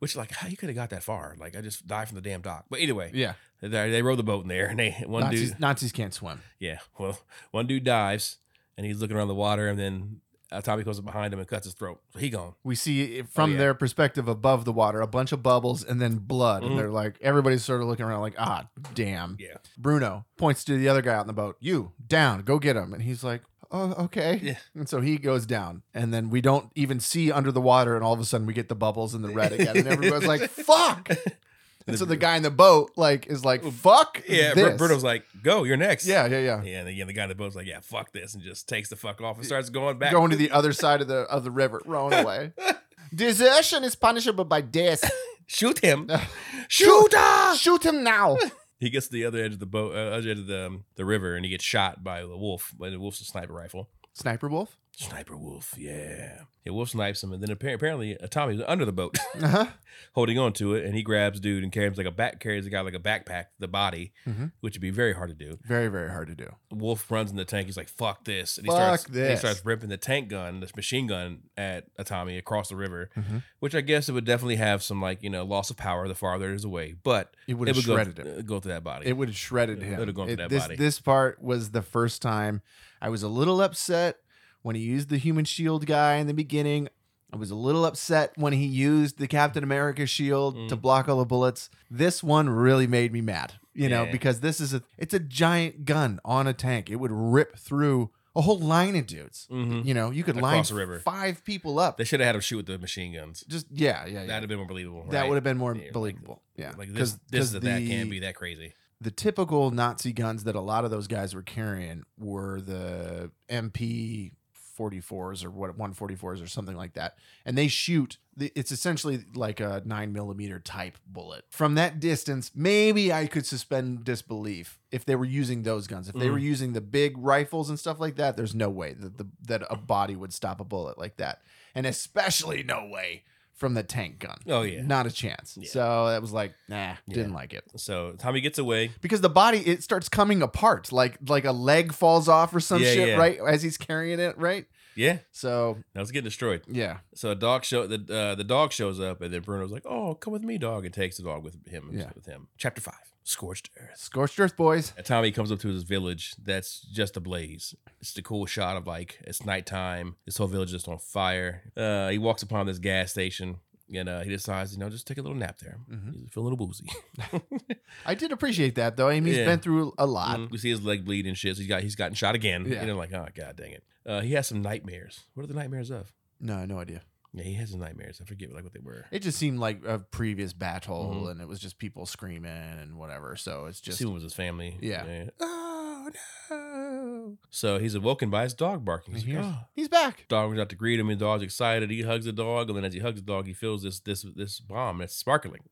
which like, how you could have got that far? Like, I just died from the damn dock. But anyway,
Yeah,
they, they rowed the boat in there, and they one
Nazis,
dude,
Nazis can't swim.
yeah, well, one dude dives and he's looking around the water, and then uh, Tommy comes up behind him and cuts his throat. So he gone.
we see it from
Oh, yeah.
their perspective above the water a bunch of bubbles and then blood
Mhm.
and they're like everybody's sort of looking around like ah damn
Yeah.
bruno points to the other guy out in the boat you down go get him and he's like oh okay
Yeah.
and so he goes down and then we don't even see under the water and all of a sudden we get the bubbles and the red again and everybody's like fuck and so the guy in the boat like is like fuck
Yeah, Br-
this.
Bruno's like, go, you're next.
yeah yeah yeah
Yeah, and again, the guy in the boat's like, "Yeah, fuck this," and just takes the fuck off and starts going back.
going to the other side of the of the river rowing away desertion is punishable by death
Shoot him!
Shoot!
Shoot us!
shoot him now
He gets to the other edge of the boat, uh, other edge of the, um, the river, and he gets shot by the wolf. By the wolf's a sniper rifle.
Sniper Wolf.
Sniper wolf, yeah. Yeah, wolf snipes him, and then appa- apparently uh, Tommy's under the boat,
Uh-huh.
holding on to it, and he grabs dude and carries like a back carries the guy like a backpack, the body,
Mhm.
which would be very hard to do.
Very, very hard to do.
Wolf runs in the tank. He's like, "Fuck this!" And he
Fuck
starts and he
this.
starts ripping the tank gun, this machine gun, at a Tommy across the river.
Mhm.
Which I guess it would definitely have some like you know loss of power the farther it is away, but
It would
it
have
would go,
shredded him.
uh, go through that body.
It would have shredded
It
him.
would've gone through
It-
that
this,
body.
this part was the first time I was a little upset when he used the human shield guy in the beginning. I was a little upset when he used the Captain America shield to
Mm.
block all the bullets. This one really made me mad, you know,
Yeah.
because this is a it's a giant gun on a tank. It would rip through a whole line of dudes.
Mhm.
You know, you could line
Across the river.
five people up.
They should have had him shoot with the machine guns.
Just yeah, yeah, yeah.
That'd have been more believable.
That
right?
would have been more
Yeah, like-
believable. yeah,
like this.
'Cause-
This
'cause
that that
the-
can't be that crazy.
the typical Nazi guns that a lot of those guys were carrying were the MP 44s or what 144s or something like that. And they shoot, the- it's essentially like a nine millimeter type bullet. From that distance, maybe I could suspend disbelief if they were using those guns. If they
Mm.
were using the big rifles and stuff like that, there's no way that, the, that a body would stop a bullet like that. And especially no way from the tank gun.
Oh, yeah.
Not a chance.
Yeah.
So that was like, nah, didn't like it
So Tommy gets away.
because the body it starts coming apart like like a leg falls off or some
Yeah,
shit
yeah.
right as he's carrying it right
Yeah,
so
now let's get destroyed.
yeah
So a dog show the uh, the dog shows up, and then Bruno's like, "Oh, come with me, dog," and takes the dog with him.
Yeah.
With him. Chapter five: Scorched Earth.
scorched earth boys
And Tommy comes up to this village that's just ablaze. It's the cool shot of like it's nighttime. This whole village is on fire. Uh, he walks upon this gas station and uh, he decides, you know, just take a little nap there.
Mhm.
He's feeling a little woozy.
i did appreciate that though i mean he's
Yeah. Mm-hmm.
been through a lot
We see his leg bleed and shit. So he's got he's gotten shot again.
Mm-hmm. Yeah.
And I'm like, oh god, dang it. Uh, he has some nightmares. What are the nightmares of?
no no idea
Yeah, he has some nightmares. I forget like what they were.
it just seemed like a previous battle
Mhm.
and it was just people screaming and whatever so it's
Just
just
see one was his family.
Yeah.
Oh no. So he's awoken by his dog barking. He's
And
like,
here's-
"Oh."
he's back
Dog runs out to greet him, and the dog's excited. He hugs the dog, and then as he hugs the dog, he feels this this this bomb that's sparkling.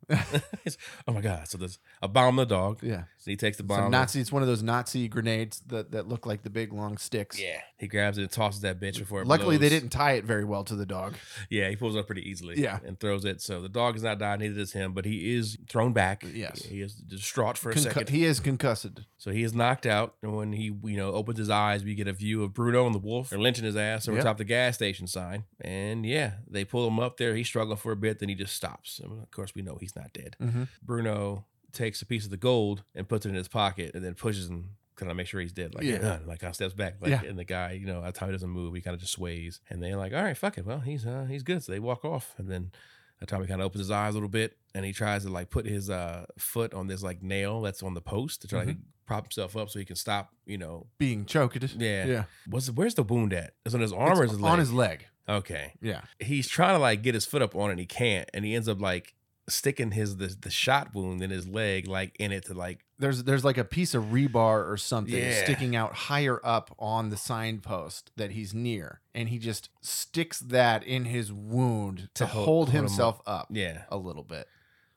It's- oh my god! So there's a bomb in the dog.
yeah
So he takes the
it's a
bomb.
nazi it's one of those nazi grenades that that look like the big long sticks
yeah, he grabs it and tosses that bitch before. It
luckily they
blows.
didn't tie it very well to the dog
Yeah, he pulls it up pretty easily.
Yeah.
and throws it. So the dog is not dying. Neither does him, but he is thrown back.
Yes.
he is distraught for a
Concu-
second.
he is concussed
so he is knocked out, and when he you know opens his eyes, we get a view of Bruno and the wolf. They're lynching his ass over
Yep.
top the gas station sign, and yeah, they pull him up there. He's struggling for a bit, then he just stops. And of course, we know he's not dead.
mm-hmm.
Bruno takes a piece of the gold and puts it in his pocket and then pushes him, kind of make sure he's dead. Like,
Yeah.
yeah. like kind of steps back. Like,
Yeah.
And the guy, you know, at the time he doesn't move, he kind of just sways. And they're like, all right, fuck it. Well, he's uh, he's good. So they walk off. And then And Tommy kind of opens his eyes a little bit and he tries to like put his uh, foot on this like nail that's on the post to try to prop himself up so he can stop, you know.
Being choked.
Yeah.
Yeah.
What's where's the wound at? It's on his arm or
It's
his leg?
on his leg.
okay.
Yeah.
He's trying to like get his foot up on it and he can't. And he ends up like sticking his the, the shot wound in his leg, like in it to like
There's there's like a piece of rebar or something
Yeah.
sticking out higher up on the signpost that he's near, and he just sticks that in his wound to,
To
hold,
hold- hold him
himself up
yeah.
a little bit.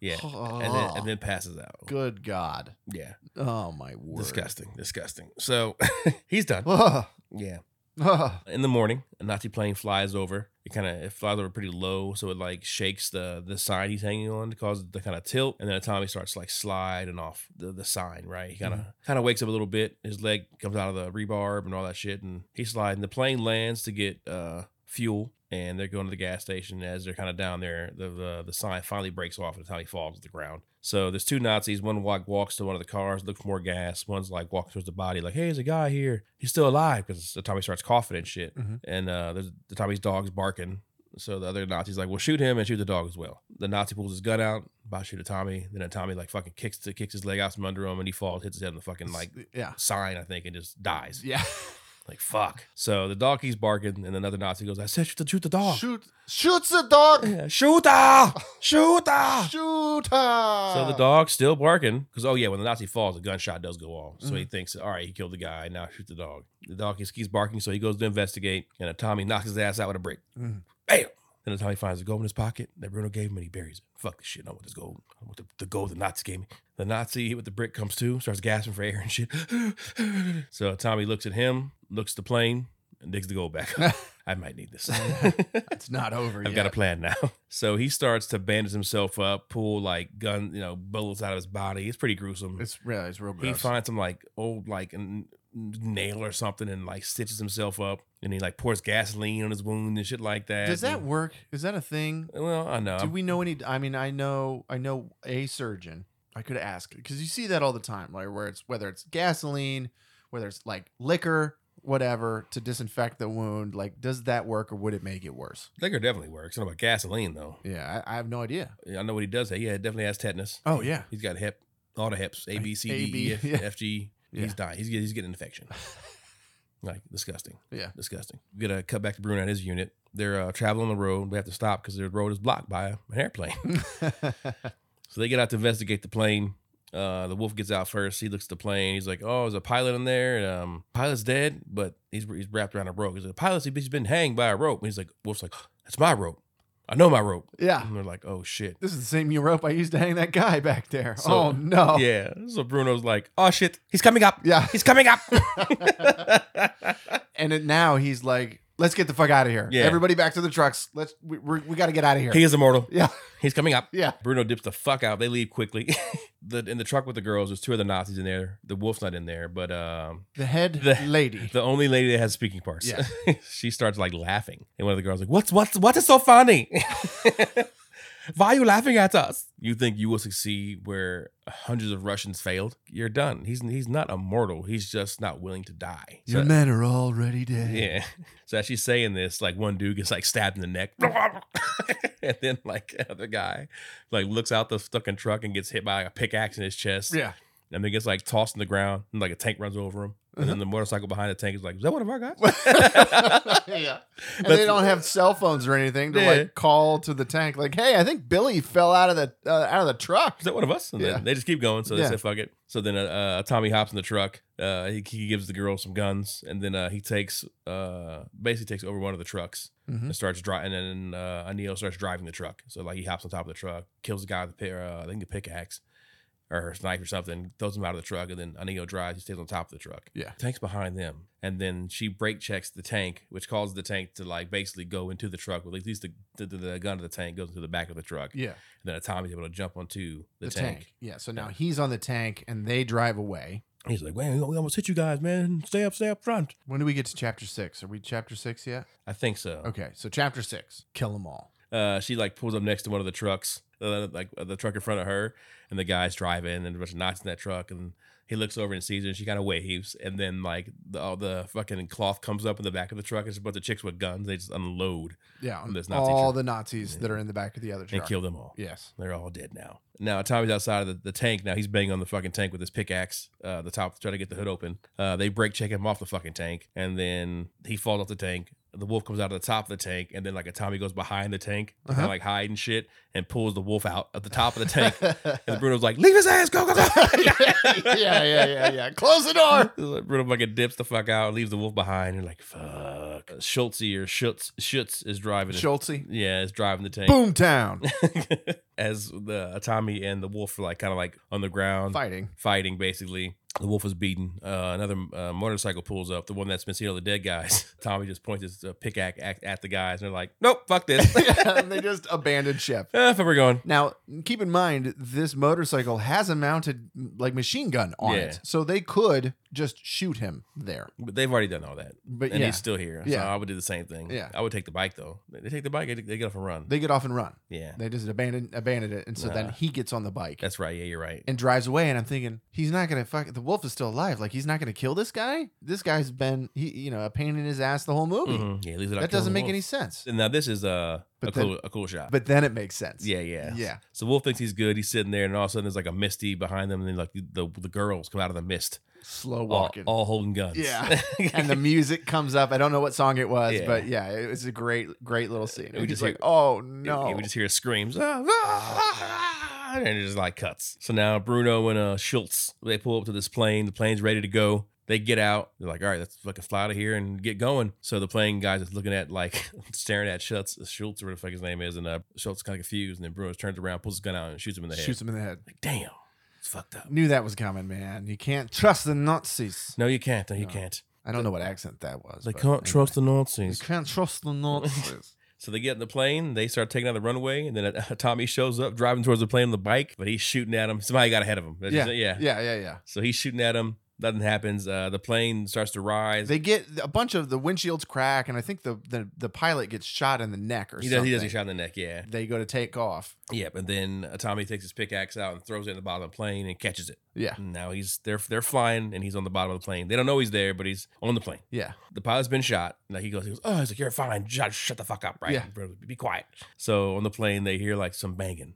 Oh,
Yeah. And then and then passes out.
good God.
Yeah.
Oh my word. Oh,
Disgusting. Disgusting. So he's done.
Ugh.
Yeah.
Ugh.
in the morning, a Nazi plane flies over. It kind of it flies over pretty low, so it like shakes the the sign he's hanging on to cause the kind of tilt, and then Tommy starts like sliding off the, the sign. Right, he kind of kind of wakes up a little bit. His leg comes out of the rebarb and all that shit, and he's sliding. The plane lands to get uh fuel, and they're going to the gas station. As they're kind of down there, the, the the sign finally breaks off, and Tommy falls to the ground. So there's two Nazis. One like walks to one of the cars, looks for more gas. One's like walking towards the body, like, "Hey, there's a guy here. He's still alive." Because Tommy starts coughing and shit and uh, there's the Tommy's dog's barking. So the other Nazi's like, "Well, shoot him and shoot the dog as well." The Nazi pulls his gun out, about to shoot at Tommy. Then the Tommy like fucking kicks the, kicks his leg out from under him, and he falls, hits his head on the fucking like
yeah.
sign, I think, and just dies.
Yeah.
Like fuck. So the dog keeps barking, and another Nazi goes, "I said shoot the shoot the dog,
Shoot Oh. shoots the dog.
Yeah, shoot her, shoot her."
Shoot
Ah. So
Uh.
the dog's still barking because oh yeah, when the Nazi falls, a gunshot does go off. So he thinks, all right, he killed the guy. Now shoot the dog. The dog keeps, keeps barking, so he goes to investigate, and a Tommy knocks his ass out with a brick.
Mhm.
Bam! Then the Tommy finds the gold in his pocket that Bruno gave him, and he buries it. Fuck this shit. I don't want this gold. I want the, the gold the Nazi gave me. The Nazi hit with the brick comes to, starts gasping for air and shit. so Tommy looks at him, looks at the plane, and digs the gold back up. I might need this.
It's not over
I've
yet.
got a plan now. So he starts to bandage himself up, pull like gun, you know, bullets out of his body. It's pretty gruesome.
It's yeah, it's real gross.
he finds some like old like n- nail or something and like stitches himself up, and he like pours gasoline on his wound and shit like that.
Does that
And-
work? Is that a thing?
Well, I know.
Do we know any? I mean, I know, I know a surgeon. I could ask because you see that all the time, like where it's whether it's gasoline, whether it's like liquor, whatever to disinfect the wound. Like, does that work or would it make it worse?
Liquor definitely works. I don't know about gasoline though.
Yeah, I, I have no idea.
I know what he does. Say. Yeah, it definitely has tetanus.
Oh yeah,
He's got hep, all the heps, A B C
A,
D
B,
E F
yeah.
F, G.
Yeah.
He's dying. He's get- he's getting infection. like disgusting.
yeah.
disgusting. We gotta cut back to Bruno and his unit. They're uh, traveling the road. They have to stop because their road is blocked by an airplane. so they get out to investigate the plane. Uh, the wolf gets out first. He looks at the plane. He's like, "Oh, there's a pilot in there. Um, pilot's dead, but he's he's wrapped around a rope. He's like, pilot's he's been hanged by a rope." And he's like, "Wolf's like, that's my rope. I know my rope."
yeah.
And they're like, "Oh shit."
This is the same rope I used to hang that guy back there.
So-
oh no.
Yeah. So Bruno's like, "Oh shit, he's coming up.
Yeah.
He's coming up."
And it, now he's like, let's get the fuck out of here.
Yeah.
Everybody back to the trucks. Let's we we, we got to get out of here.
he is immortal.
yeah.
He's coming up.
Yeah.
Bruno dips the fuck out. They leave quickly. the in the truck with the girls, there's two other Nazis in there. The wolf's not in there, but um
The head
The-
lady.
the only lady that has speaking parts.
Yeah.
she starts like laughing. And one of the girls like, What's what's what is so funny? Why are you laughing at us? You think you will succeed where hundreds of Russians failed? You're done. He's he's not immortal. He's just not willing to die. So-
men are already dead.
yeah. So as she's saying this, like one dude gets like stabbed in the neck, and then like the other guy, like looks out the fucking truck and gets hit by a pickaxe in his chest,
Yeah.
and then gets like tossed in the ground, and like a tank runs over him, and then the motorcycle behind the tank is like, "Is that one of our guys?"
yeah. And
That's-
they don't have cell phones or anything to
Yeah.
like call to the tank like, "Hey, I think Billy fell out of the uh, out of the truck."
Is that one of us? And
Yeah.
then they just keep going. So they
Yeah.
said, fuck it. So then uh, uh, Tommy hops in the truck. Uh, he, he gives the girl some guns. And then uh, he takes, uh, basically takes over one of the trucks
Mhm.
and starts driving. And then uh, Anil starts driving the truck. So like he hops on top of the truck, kills the guy with the, pi- uh, I think the pickaxe or knife or something, throws him out of the truck. And then Anil drives. He stays on top of the truck.
Yeah.
Tank's behind them. And then she brake checks the tank, which causes the tank to like basically go into the truck. Well, at least the, the, the, the gun of the tank goes into the back of the truck.
Yeah.
And then Tommy's able to jump onto the, tank.
Yeah. So now he's on the tank and they drive away.
He's like, man, we almost hit you guys, man. Stay up, stay up front.
When do we get to chapter 6? Are we chapter 6 yet?
I think so.
Okay. So chapter 6, kill them all.
Uh, she like pulls up next to one of the trucks uh, like uh, the truck in front of her, and the guy's driving, and there's knots in that truck, and he looks over and sees her, and she kind of waves, and then like the, all the fucking cloth comes up in the back of the truck, it's a bunch of chicks with guns, they just unload
Yeah, on
This Nazi
all
truck.
the Nazis that are in the back of the other
and
truck.
kill them all.
Yes.
They're all dead now. Now Tommy's outside of the, the tank. Now he's banging on the fucking tank with his pickaxe, uh, the top, trying to get the hood open. Uh, they break check him off the fucking tank, and then he falls off the tank. The wolf comes out of the top of the tank, and then like a Tommy goes behind the tank, to kinda,
Uh-huh.
like hide and shit, and pulls the wolf out at the top of the tank. and Bruno's like, "Leave his ass, go go go!"
yeah, yeah, yeah, yeah. Close the door.
Bruno fucking dips the fuck out, leaves the wolf behind. You're like, "Fuck." Schultzy or Schutz Schutz is driving. his-
Schultzy.
yeah, is driving the tank.
Boomtown.
as the Tommy and the wolf are like kind of like on the ground
Fighting.
fighting basically. The wolf is beaten. Uh, another uh, motorcycle pulls up, the one that's been seeing all the dead guys. Tommy just points his uh, pickaxe at, at the guys, and they're like, "Nope, fuck this."
and they just abandoned ship.
Eh, if we're going,
Now, keep in mind, this motorcycle has a mounted like machine gun on
Yeah.
it, so they could just shoot him there.
but they've already done all that,
But
and
yeah,
he's still here.
Yeah.
So I would do the same thing.
Yeah.
I would take the bike though. They they take the bike, they, they get off and run.
they get off and run.
yeah,
They just abandon abandoned it, and so then
Nah.
he gets on the bike
Uh-huh. that's right. Yeah, you're right.
and drives away. And I'm thinking, he's not gonna fuck. The wolf is still alive. Like he's not gonna kill this guy. This guy's been he, you know, a pain in his ass the whole movie.
Mhm. Yeah, leaves it out
That
killing
doesn't
the
make
wolf.
any sense.
And now this is uh, a
But then-
cool a cool shot.
But then it makes sense.
yeah, yeah,
yeah.
So Wolf thinks he's good. He's sitting there, and all of a sudden there's like a misty behind them, and then like the the girls come out of the mist.
Slow
all,
walking.
all holding guns.
Yeah. and the music comes up. I don't know what song it was,
Yeah.
but yeah, it was a great, great little scene. It
We
was
just
just
hear-
like, oh no,
And we just hear screams, "Ah, ah, ah," and it just like cuts. So now Bruno and uh, Schultz they pull up to this plane. The plane's ready to go. They get out. They're like, "All right, let's fucking fly out of here and get going." So the plane guys is looking at like staring at Schultz, uh, Schultz or whatever the fuck his name is, and uh, Schultz kind of confused. And then Bruno turns around, pulls his gun out, and shoots him in the head.
shoots him in the head.
Like, damn, it's fucked up.
Knew that was coming, man. You can't trust the Nazis.
No, you can't. No, you
No.
can't.
I don't know what accent that was.
They
but
can't
anyway.
trust the
You
Nazis.
can't trust the Nazis.
So they get in the plane, they start taking out the runway, and then uh, Tommy shows up driving towards the plane on the bike, but he's shooting at him. Somebody got ahead of him. That's
yeah,
just-
yeah, yeah, yeah, yeah.
So he's shooting at him. Nothing happens. Uh, the plane starts to rise.
They get a bunch of the windshields crack, and I think the the, the pilot gets shot in the neck or
he does.
something.
He does. He shot in the neck. Yeah.
They go to take off.
Yep. And then uh, Tommy takes his pickaxe out and throws it in the bottom of the plane and catches it.
Yeah,
And now he's they're they're flying and he's on the bottom of the plane. They don't know he's there, but he's on the plane.
yeah.
The pilot's been shot. Like he goes, he goes, oh, he's like, you're fine. Shut, shut the fuck up, right?
Yeah.
Bro, Be quiet. So on the plane, they hear like some banging.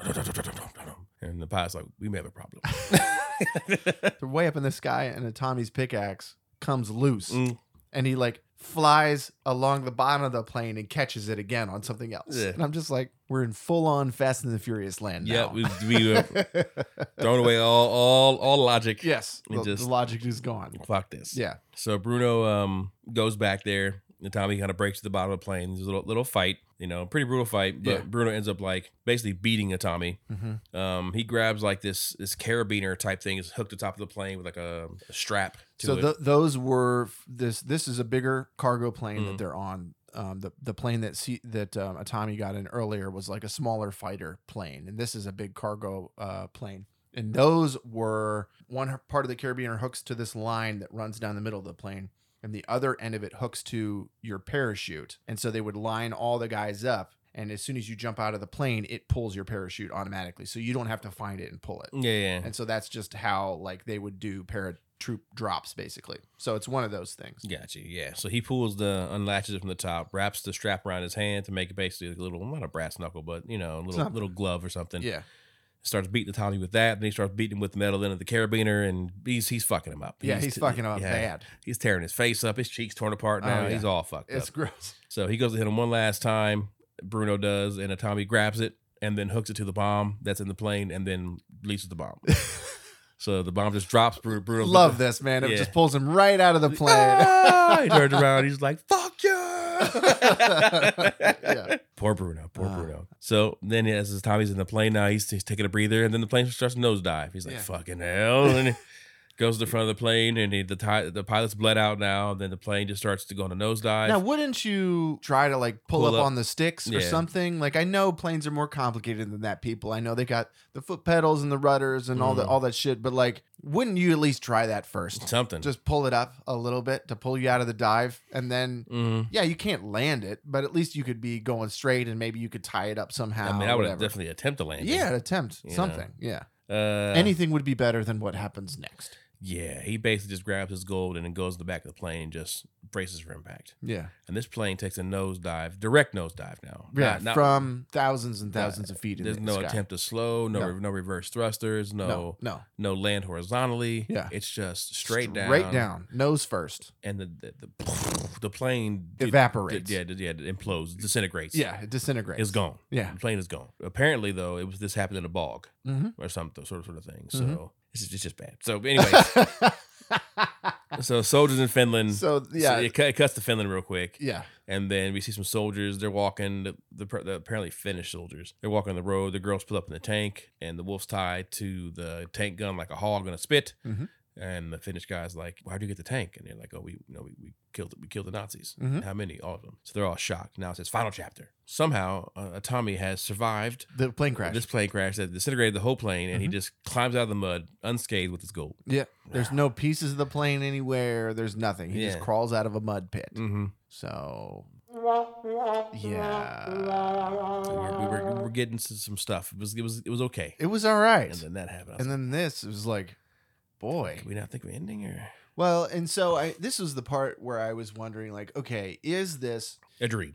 And the pilot's like, we may have a problem.
They're way up in the sky, and a Tommy's pickaxe comes loose,
Mm.
and he like flies along the bottom of the plane and catches it again on something else.
Yeah.
And I'm just like, we're in full on Fast and the Furious land
yeah,
now.
we, we uh, thrown away all all all logic.
yes,
We
the,
just-
the logic is gone.
Fuck this.
Yeah,
So Bruno um goes back there. And Tommy kind of breaks to the bottom of the plane. There's a little, little fight, you know, pretty brutal fight. But
Yeah.
Bruno ends up like basically beating a Tommy.
hmm
Um, he grabs like this this carabiner type thing, is hooked to the top of the plane with like a, a strap to
so
it.
th- those were f- this. This is a bigger cargo plane
Mhm.
that they're on. Um, the the plane that see that um, Atami got in earlier was like a smaller fighter plane, and this is a big cargo uh, plane. And those were one h- part of the carabiner hooks to this line that runs down the middle of the plane, and the other end of it hooks to your parachute. And so they would line all the guys up, and as soon as you jump out of the plane, it pulls your parachute automatically, so you don't have to find it and pull it.
yeah, yeah, yeah.
And so that's just how like they would do paratroop drops basically. So it's one of those things.
Gotcha. Yeah. So he pulls the unlatches it from the top, wraps the strap around his hand to make it basically like a little not a brass knuckle, but you know, a little
not-
little glove or something.
Yeah.
Starts beating the Tommy with that, then he starts beating him with the metal end of the carabiner, and he's he's fucking him up.
Yeah, he's, fucking up
yeah.
bad.
He's tearing his face up. His cheeks torn apart now.
Oh, yeah.
He's all fucked
It's
up.
gross.
So he goes to hit him one last time. Bruno does, and Tommy grabs it and then hooks it to the bomb that's in the plane and then releases the bomb. so the bomb just drops. Bruno, Bruno
Love this man. It
Yeah.
just pulls him right out of the plane.
Ah! he turns around. He's like, "Fuck you!"
Yeah.
Poor Bruno. Poor
Ah.
Bruno. So then, as his Tommy's in the plane now, he's, he's taking a breather, and then the plane starts to nosedive. He's like,
Yeah.
"Fucking hell!" And goes to the front of the plane, and he, the ti- the pilot's bled out now. And then the plane just starts to go on a nosedive.
Now, wouldn't you try to like pull,
Pull
up,
up.
on the sticks or
Yeah.
something? Like I know planes are more complicated than that. People, I know they got the foot pedals and the rudders and all that
Mhm.
all that shit. But like, wouldn't you at least try that first?
Something.
Just pull it up a little bit to pull you out of the dive, and then
Mhm.
yeah, you can't land it, but at least you could be going straight and maybe you could tie it up somehow.
I mean, I would
whatever.
definitely attempt to land. it.
yeah, attempt
You know.
something. Yeah,
Uh,
anything would be better than what happens next.
Yeah, he basically just grabs his gold and then goes to the back of the plane and just braces for impact.
Yeah,
And this plane takes a nosedive, direct nosedive now.
yeah,
Not- not-
from thousands and thousands of feet. In
there's
the
no
sky.
attempt to slow, no
No.
no, no reverse thrusters, no,
No,
no
no,
land horizontally.
Yeah.
it's just straight, down.
Straight down. Nose first.
and the the, the, the plane did-
Evaporates.
did- yeah, yeah, it implodes, disintegrates.
Yeah, it disintegrates.
it's gone.
Yeah.
The plane is gone. Apparently, though, it was this happened in a bog
Mhm.
or something, sort of sort of thing. So
Mhm.
it's, just, it's just bad. So, anyways, so soldiers in Finland.
so
Yeah,
yeah,
it, cut, it cuts to Finland real quick,
yeah,
and then we see some soldiers. They're walking the, the, pr- the apparently Finnish soldiers. They're walking on the road. The girl's put up in the tank, and the wolf's tied to the tank gun like a hog on a spit.
Mhm.
And the Finnish guy's like, "Why'd you get the tank?" And they're like, "Oh, we you know we, we killed we killed the Nazis.
Mhm.
How many? All of them." So they're all shocked. Now it says final chapter. Somehow, uh, a Tommy has survived
the plane crash.
this plane crash that disintegrated the whole plane, and he
Mhm.
just climbs out of the mud unscathed with his gold.
yeah, there's no pieces of the plane anywhere. There's nothing. He just
Yeah.
crawls out of a mud pit.
Mm-hmm.
So yeah,
We were, we were, we were getting to some stuff. It was it was it was okay.
it was all Ah. right.
And then that happened. I was
And then this was like, boy.
Can we not think of ending or
Well, and so I this was the part where I was wondering, like, okay, is this
a dream?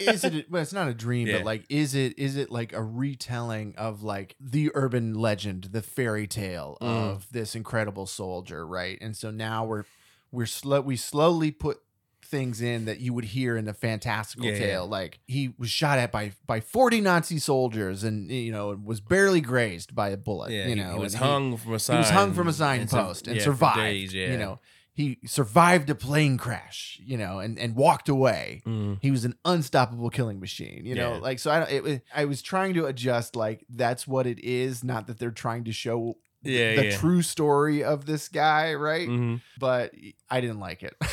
is it well it's not a dream
Yeah.
but like is it is it like a retelling of like the urban legend the fairy tale
Mm.
of this incredible soldier right and so now we're we're slow we slowly put things in that you would hear in a fantastical
Yeah, yeah.
tale like he was shot at by by 40 nazi soldiers and you know was barely grazed by a bullet
yeah,
you
he-
know
he, was
and
hung from a
he,
sign.
he was hung from a signpost
sur-
post and
yeah, for
survived
days, yeah.
you know he survived a plane crash you know and and walked away
Mm.
he was an unstoppable killing machine you know
Yeah.
like so i don't it, was- i was trying to adjust like that's what it is not that they're trying to show
Yeah,
the
yeah.
true story of this guy right
Mhm.
but i didn't like it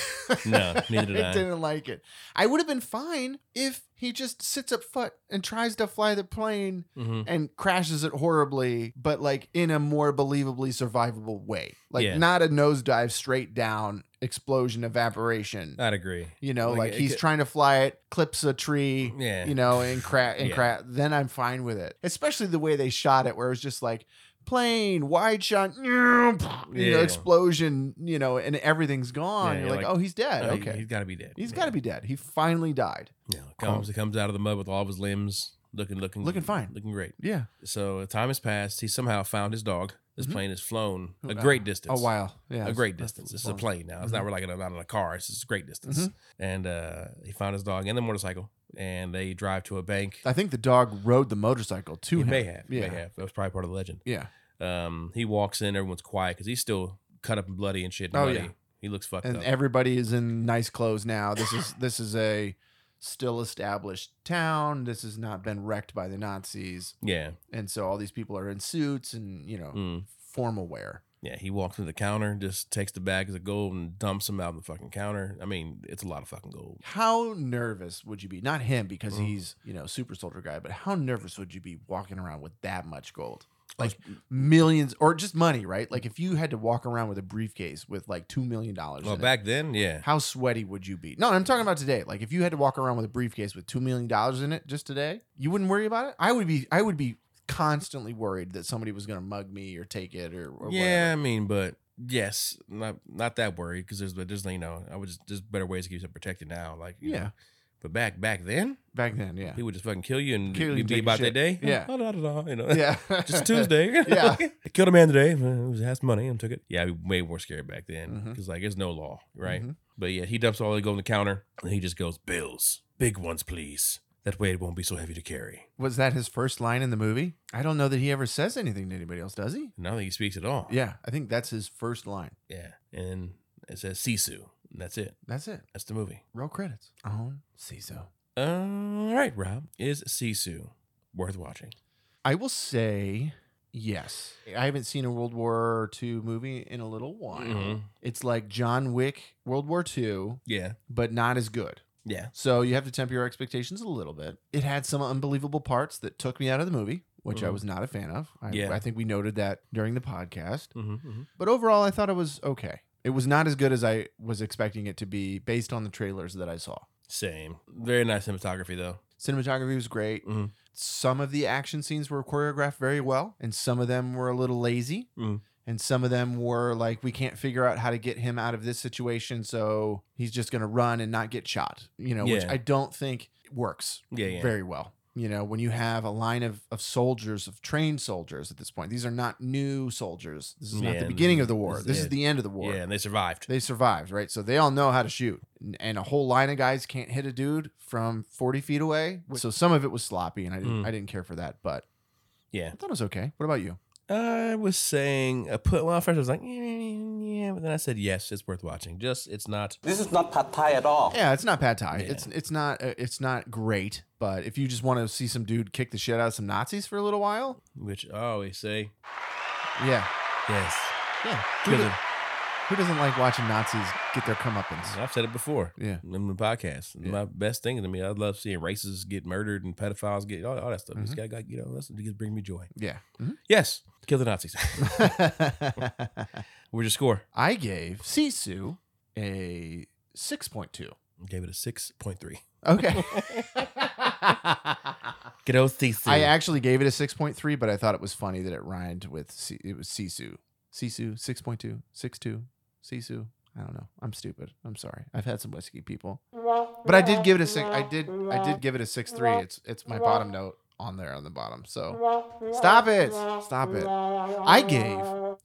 No, neither did
i
I.
didn't like it i would have been fine if he just sits up foot and tries to fly the plane
Mhm.
and crashes it horribly but like in a more believably survivable way like
Yeah.
not a nosedive straight down explosion evaporation
I'd agree.
you know,
Like,
like,
it
he's
could-
trying to fly it, clips a tree,
Yeah.
you know, and crack and
Yeah.
crack. Then I'm fine with it, especially the way they shot it, where it was just like plane wide shot, you know,
Yeah.
explosion, you know, and everything's
Yeah,
gone. you're
you're
like,
like,
oh, he's dead.
Oh, he-
okay,
he's got to be dead.
he's got to be dead. He finally died.
Yeah, comes he comes out of the mud with all of his limbs, looking looking
Looking fine.
looking great.
Yeah,
So time has passed. He somehow found his dog. This
Mhm.
plane has flown
Uh,
a great distance.
a while. Yeah,
a
it's-
great
that's- Mm-hmm.
distance. This
that's
is a
long.
plane now. It's not we're like in a, not in a car. It's just a great distance.
Mhm.
And uh, he found his dog and the motorcycle, and they drive to a bank.
I think the dog rode the motorcycle to
He
him.
may have, he
Yeah,
may have. That was probably part of the legend.
yeah.
Um, he walks in. Everyone's quiet because he's still cut up and bloody and shit. And
Oh,
muddy.
yeah.
he looks fucked
and
up.
everybody is in nice clothes now. This is this is a still established town. This has not been wrecked by the Nazis,
yeah,
and so all these people are in suits and you know
Mm.
formal wear.
yeah. He walks to the counter, just takes the bags of gold and dumps them out on the fucking counter. I mean, it's a lot of fucking gold.
How nervous would you be? Not him because
Mhm.
he's you know super soldier guy, but how nervous would you be walking around with that much gold?
Like, mm.
Like millions or just money, right? Like if you had to walk around with a briefcase with like two million dollars,
Well,
in it,
back then, yeah,
how sweaty would you be? No, I'm talking about today. Like if you had to walk around with a briefcase with two million dollars in it just today, you wouldn't worry about it. I would be. I would be constantly worried that somebody was going to mug me or take it or, or
yeah. I mean, but yes, not not that worried because there's there's you know I would just there's better ways to keep yourself protected now. Like you
whatever.
know.
Yeah.
But back back then,
Back then, yeah.
he would just fucking kill you and
Kill you
you'd
and
be
take
about
your
that day.
shit. Yeah.
Oh, da, da, da, you know.
Yeah.
Just Tuesday.
Yeah.
I killed a man today. It was asked money and took it. Yeah, I'd be way more scared back then
Mhm.
because, like, there's no law, right?
Mhm.
But yeah, he dumps all the gold on the counter and he just goes, Bills, big ones, please. That way it won't be so heavy to carry.
Was that his first line in the movie? I don't know that he ever says anything to anybody else, does he?
And I don't think he speaks at all.
Yeah, I think that's his first line.
Yeah. And it says Sisu. And that's it.
That's it.
That's the movie.
Roll credits on CISO.
All right, Rob. Is Sisu worth watching?
I will say Yes. I haven't seen a World War II movie in a little while.
Mhm.
It's like John Wick World War II,
Yeah.
but not as good.
Yeah.
So you have to temper your expectations a little bit. It had some unbelievable parts that took me out of the movie, which I
Mhm.
was not a fan of. I,
Yeah.
I think we noted that during the podcast.
Mm-hmm, mm-hmm.
But overall, I thought it was okay. It was not as good as I was expecting it to be based on the trailers that I saw.
Same. Very nice cinematography though.
Cinematography was great.
Mhm.
Some of the action scenes were choreographed very well, and some of them were a little lazy.
Mm.
And some of them were like, we can't figure out how to get him out of this situation, so he's just going to run and not get shot, you know, which
Yeah.
I don't think works
Yeah. Yeah.
very well. You know, when you have a line of, of soldiers, of trained soldiers at this point, these are not new soldiers. This is not
Yeah,
the
this
beginning
is-
of the war.
this is
This is
it.
the end of the war
yeah. And they survived.
they survived, right? So they all know how to shoot, N- and a whole line of guys can't hit a dude from forty feet away. So some of it was sloppy, and I didn't,
Mm.
I didn't care for that, but
Yeah.
I thought it was okay. What about you?
I was saying, I put well. First, I was like, yeah, yeah, but then I said, yes, it's worth watching. Just, it's not.
This is not pad thai at all.
Yeah, it's not pad thai.
Yeah.
It's it's not uh, it's not great, but if you just want to see some dude kick the shit out of some Nazis for a little while,
Which I always say,
yeah,
yes.
yeah. Who,
Because
do- who doesn't like watching Nazis get their comeuppance?
I've said it before.
Yeah.
In the podcast,
Yeah.
my best thing to me, I love seeing racists get murdered and pedophiles get all, all that stuff. This
Mhm.
guy got, you know, that's, it just brings me joy.
Yeah. Mm-hmm.
Yes, kill the Nazis.
Mhm.
Where'd your score?
I gave Sisu a six point two.
Gave it a six point three.
Okay.
Good old CC.
I actually gave it a 6.3, but I thought it was funny that it rhymed with C- it was Sisu. Sisu 6.2, 6.2, Sisu. I don't know. I'm stupid. I'm sorry. I've had some whiskey people. But I did give it a six. I did I did give it a 6.3. It's it's my bottom note on there on the bottom. So stop it. Stop it. I gave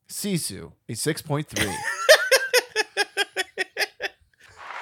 Sisu a 6.3.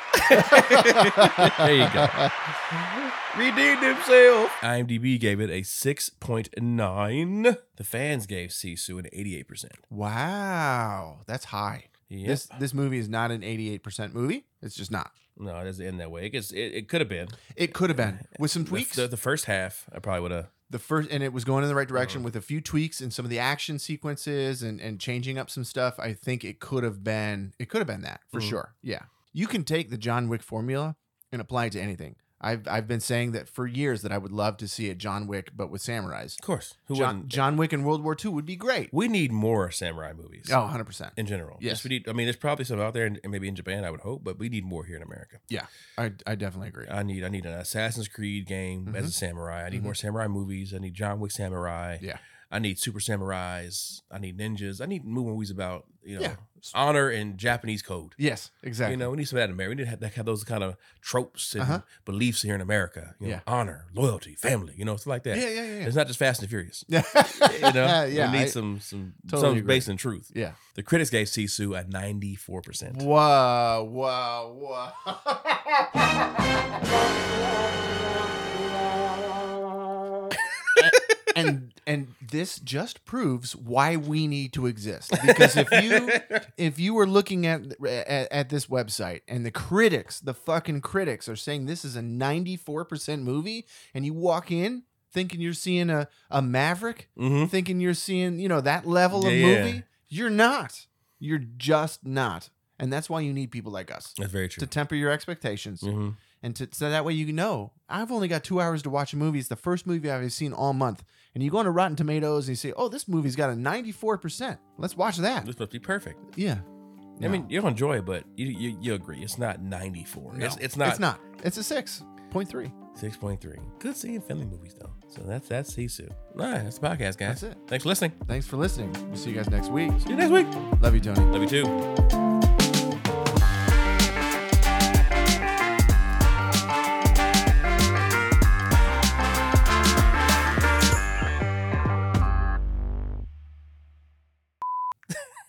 there you go. Redeemed himself. IMDb gave it a 6.9. The fans gave Sisu an 88%.
Wow. That's high.
Yep.
This this movie is not an 88% movie. It's just not.
no, it doesn't end that way. It, gets, it, it could have been.
It could have been with some
The-
tweaks.
The,
The,
the first half, I probably would have.
first, and it was going in the right direction
Mhm.
with a few tweaks and some of the action sequences and and changing up some stuff. I think it could have been it could have been that for
Mhm.
sure. Yeah, you can take the John Wick formula and apply it to anything. I've I've been saying that for years that I would love to see a John Wick but with samurais.
Of course. Who
John,
wouldn't?
John Wick in World War II would be great.
we need more samurai movies.
Oh, 100 percent.
In general,
Yes.
Just we need. I mean, there's probably some out there, and and maybe in Japan, I would hope, but we need more here in America.
I I definitely agree.
I need I need an Assassin's Creed game as a samurai. I need
Mhm.
more samurai movies. I need John Wick samurai.
Yeah.
I need super samurais. I need ninjas. I need mo- movies about you know
Yeah.
honor and Japanese code.
Yes, exactly.
You know, we need some of that in America. We need to have, have those kind of tropes and
Uh-huh.
beliefs here in America. You know,
Yeah.
honor, loyalty, family. You know, it's like
yeah,
that.
yeah, yeah, yeah.
It's not just Fast and Furious.
yeah,
You know,
yeah.
we need
I-
some some
totally
something
agree.
based in truth.
yeah.
The critics gave Sisu a ninety four percent.
Whoa, whoa, whoa. and and this just proves why we need to exist because if you if you were looking at, at at this website and the critics the fucking critics are saying this is a 94% movie and you walk in thinking you're seeing a a maverick
hmm
thinking you're seeing, you know, that level of
Yeah, yeah.
movie. You're not. You're just not. And that's why you need people like us
That's very
to
true.
temper your expectations
hmm
and to so that way you know I've only got two hours to watch a movie. It's the first movie I've seen all month. And you go into Rotten Tomatoes and you say, "Oh, this movie's got a 94%. Let's watch that."
This must be perfect.
Yeah.
I mean, you'll enjoy it, but you you, you agree it's not 94.
No.
It's, it's not.
It's not. It's a 6.3.
6.3. Good seeing family movies though. So that's that's Sisu. All right, that's the podcast, guys.
That's it.
Thanks for listening.
Thanks for listening. We'll see you guys next week.
See you next week.
Love you, Tony.
Love you too.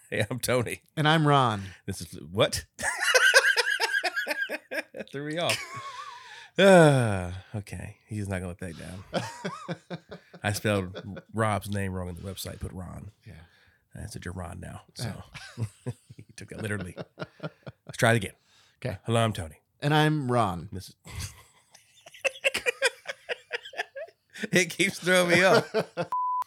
hey, I'm Tony.
And I'm Ron.
This is what? That Threw me off. Uh, okay, he's not gonna let that down. I spelled Rob's name wrong on the website. Put Ron.
Yeah.
I said you're Ron now. So he took that literally. Let's try it again.
'Kay.
Hello, I'm Tony.
And I'm Ron.
This is. it keeps throwing me off.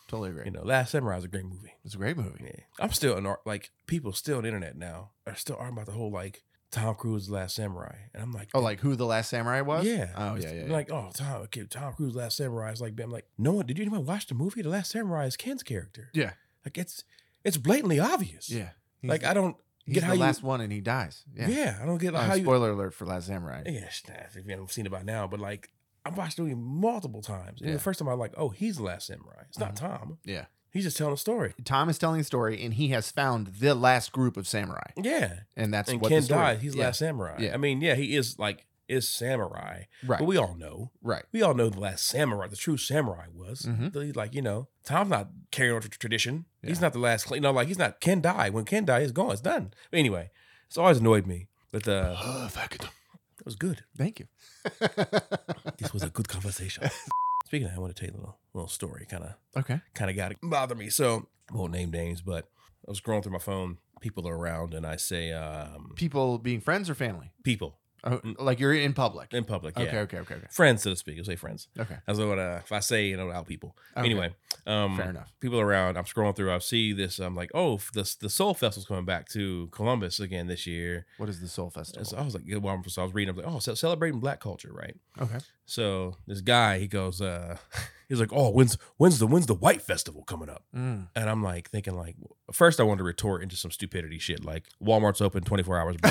Totally agree.
You know, Last Samurai is a great movie.
it's a great movie.
Yeah. I'm still an like people still on the internet now are still arguing about the whole like Tom Cruise Last Samurai, and I'm like,
Oh, like who the last samurai was?
yeah,
Oh
It's
yeah, yeah. yeah.
like oh Tom, okay, Tom Cruise Last Samurai is like, I'm like, no one did you anyone watch the movie? The Last Samurai is Ken's character.
Yeah.
like it's it's blatantly obvious.
yeah. He's
like
the,
I don't
he's
get
the
how you-
last one and he dies. Yeah.
yeah, I don't get
Uh,
like, how you
spoiler alert for Last Samurai.
Yeah, sh- nah, if you haven't seen it by now, but like I've watched the movie multiple times. And
Yeah.
the first time I was like, oh, he's the last samurai. It's not
Mhm.
Tom.
Yeah.
He's just telling a story.
Tom is telling a story and he has found the last group of samurai.
Yeah.
And that's
and
what
Ken
the story
dies. He's the
yeah.
last samurai.
Yeah.
I mean, yeah, he is like is samurai.
Right.
But we all know.
right.
We all know the last samurai, the true samurai was.
Mhm.
The- Like, you know, Tom's not carrying on tr- tradition. He's
Yeah.
not the last, you know, like he's not, Ken die. When Ken die, it's gone. It's done. But anyway, it's always annoyed me. But uh,
Perfect.
it was good.
Thank you.
This was a good conversation. Speaking of, I want to tell you a little, little story, kind of
okay.
kind of got to bother me. So I won't name names, but I was scrolling through my phone. People are around, and I say um,
People being friends or family?
people
Oh, like you're in public.
in public. Mm. Yeah.
Okay, okay, okay, okay.
Friends, so to speak. I'll say friends.
Okay.
As I would, uh, if I say, you know, out people.
okay.
Anyway, um,
fair enough.
people around. I'm scrolling through. I see this. I'm like, oh, f- the the Soul Festival's coming back to Columbus again this year.
What is the Soul Festival?
And so I was like, yeah, well, I'm- so I was reading. I'm like, oh, ce- celebrating Black culture, right?
okay.
So this guy, he goes, uh, he's like, oh, when's when's the when's the White Festival coming up?
Mm.
And I'm like thinking like first I wanted to retort into some stupidity shit like Walmart's open 24 hours bro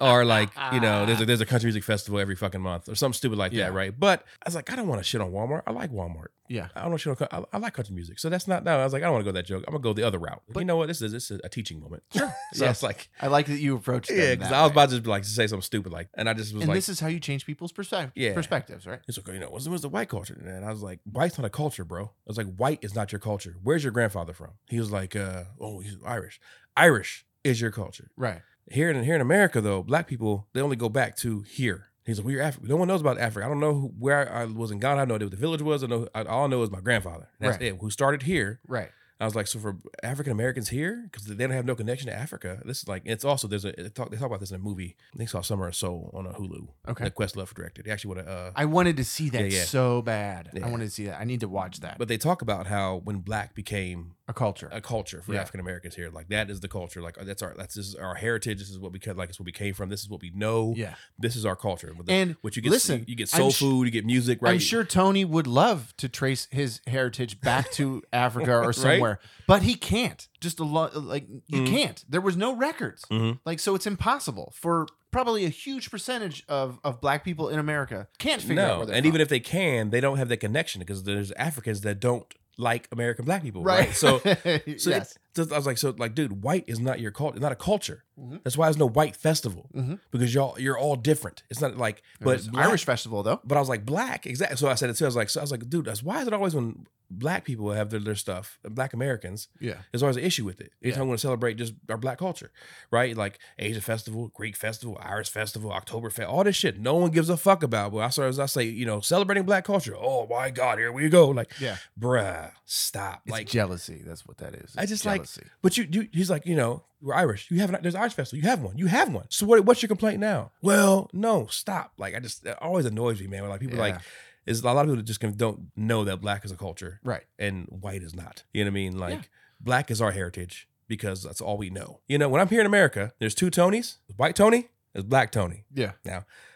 or like you know there's a, there's a country music festival every fucking month or something stupid like
Yeah.
that right but I was like I don't want to shit on Walmart I like Walmart
yeah.
I don't want to shit on co- I, I like country music so that's not no I was like I don't want to go that joke I'm gonna go the other route but
But-
you know what this is this is a teaching moment sure so
Yeah.
it's like
I like that you approached them
yeah because
that
I was
way.
about to just, like say something stupid like and I just was
And
like
this is how you change people's perspective.
Yeah.
perspectives, right?
it's like, you know, what's the, what's the white culture? And I was like, white's not a culture, bro. I was like, white is not your culture. Where's your grandfather from? He was like, uh, oh, he's Irish. Irish is your culture.
Right.
Here in here in America, though, black people they only go back to here. He's like, we're Africa. No one knows about Africa. I don't know who, where I was in Ghana. I know what the village was. I know I, all I know is my grandfather. That's
Right.
it. Who started here?
Right.
I was like, so for African Americans here, because they don't have no connection to Africa. This is like, it's also there's a they talk, they talk about this in a movie. They saw Summer of Soul on a Hulu.
Okay.
That Questlove directed. They actually want to uh,
I wanted to see that
Yeah, yeah.
so bad.
Yeah.
I wanted to see that. I need to watch that.
But they talk about how when black became
a culture.
a culture for
Yeah.
African Americans here, like that is the culture. Like that's our that's this is our heritage. This is what we ca- like. It's what we came from. This is what we know.
yeah.
This is our culture. With the-
And
what you get,
listen,
you, you get
I'm
soul
sh-
food. You get music. Right.
I'm sure Tony would love to trace his heritage back to Africa or
Right?
somewhere, but he can't. Just a lot, like you
Mhm.
can't. There was no records,
Mhm.
like so. It's impossible for probably a huge percentage of of Black people in America can't figure out
No,
where
and
they're
even if they can, they don't have that connection because there's Africans that don't like American black people.
right,
Right. So. So
yes,
it- so I was like, so like, dude, white is not your culture, not a culture.
Mhm.
That's why there's no white festival
Mhm.
because y'all you're all different. It's not like,
but
but
Irish festival though.
But I was like, black, exactly. So I said it too. I was like, so I was like, dude, that's why is it always when black people have their, their stuff, black Americans,
Yeah,
there's always an issue with it. Anytime
Yeah.
we want to celebrate just our black culture, right? Like Asian festival, Greek festival, Irish festival, October fest, all this shit. No one gives a fuck about. But I saw as I say, you know, celebrating black culture. Oh my God, here we go. Like,
yeah.
bruh, stop.
It's
like
jealousy. That's what that is.
I
It's
just like-
jealousy.
but you, you, he's like, you know, we're Irish. You have an, there's an Irish festival. You have one. You have one. So what, what's your complaint now? Well, no, stop. Like I just, it always annoys me, man. When, like people like,
Yeah.
is a lot of people that just kind of don't know that black is a culture
right.
and white is not. You know what I mean? Like
Yeah.
black is our heritage because that's all we know. You know, when I'm here in America, there's two Tonys. There's white Tony, there's black Tony.
Yeah,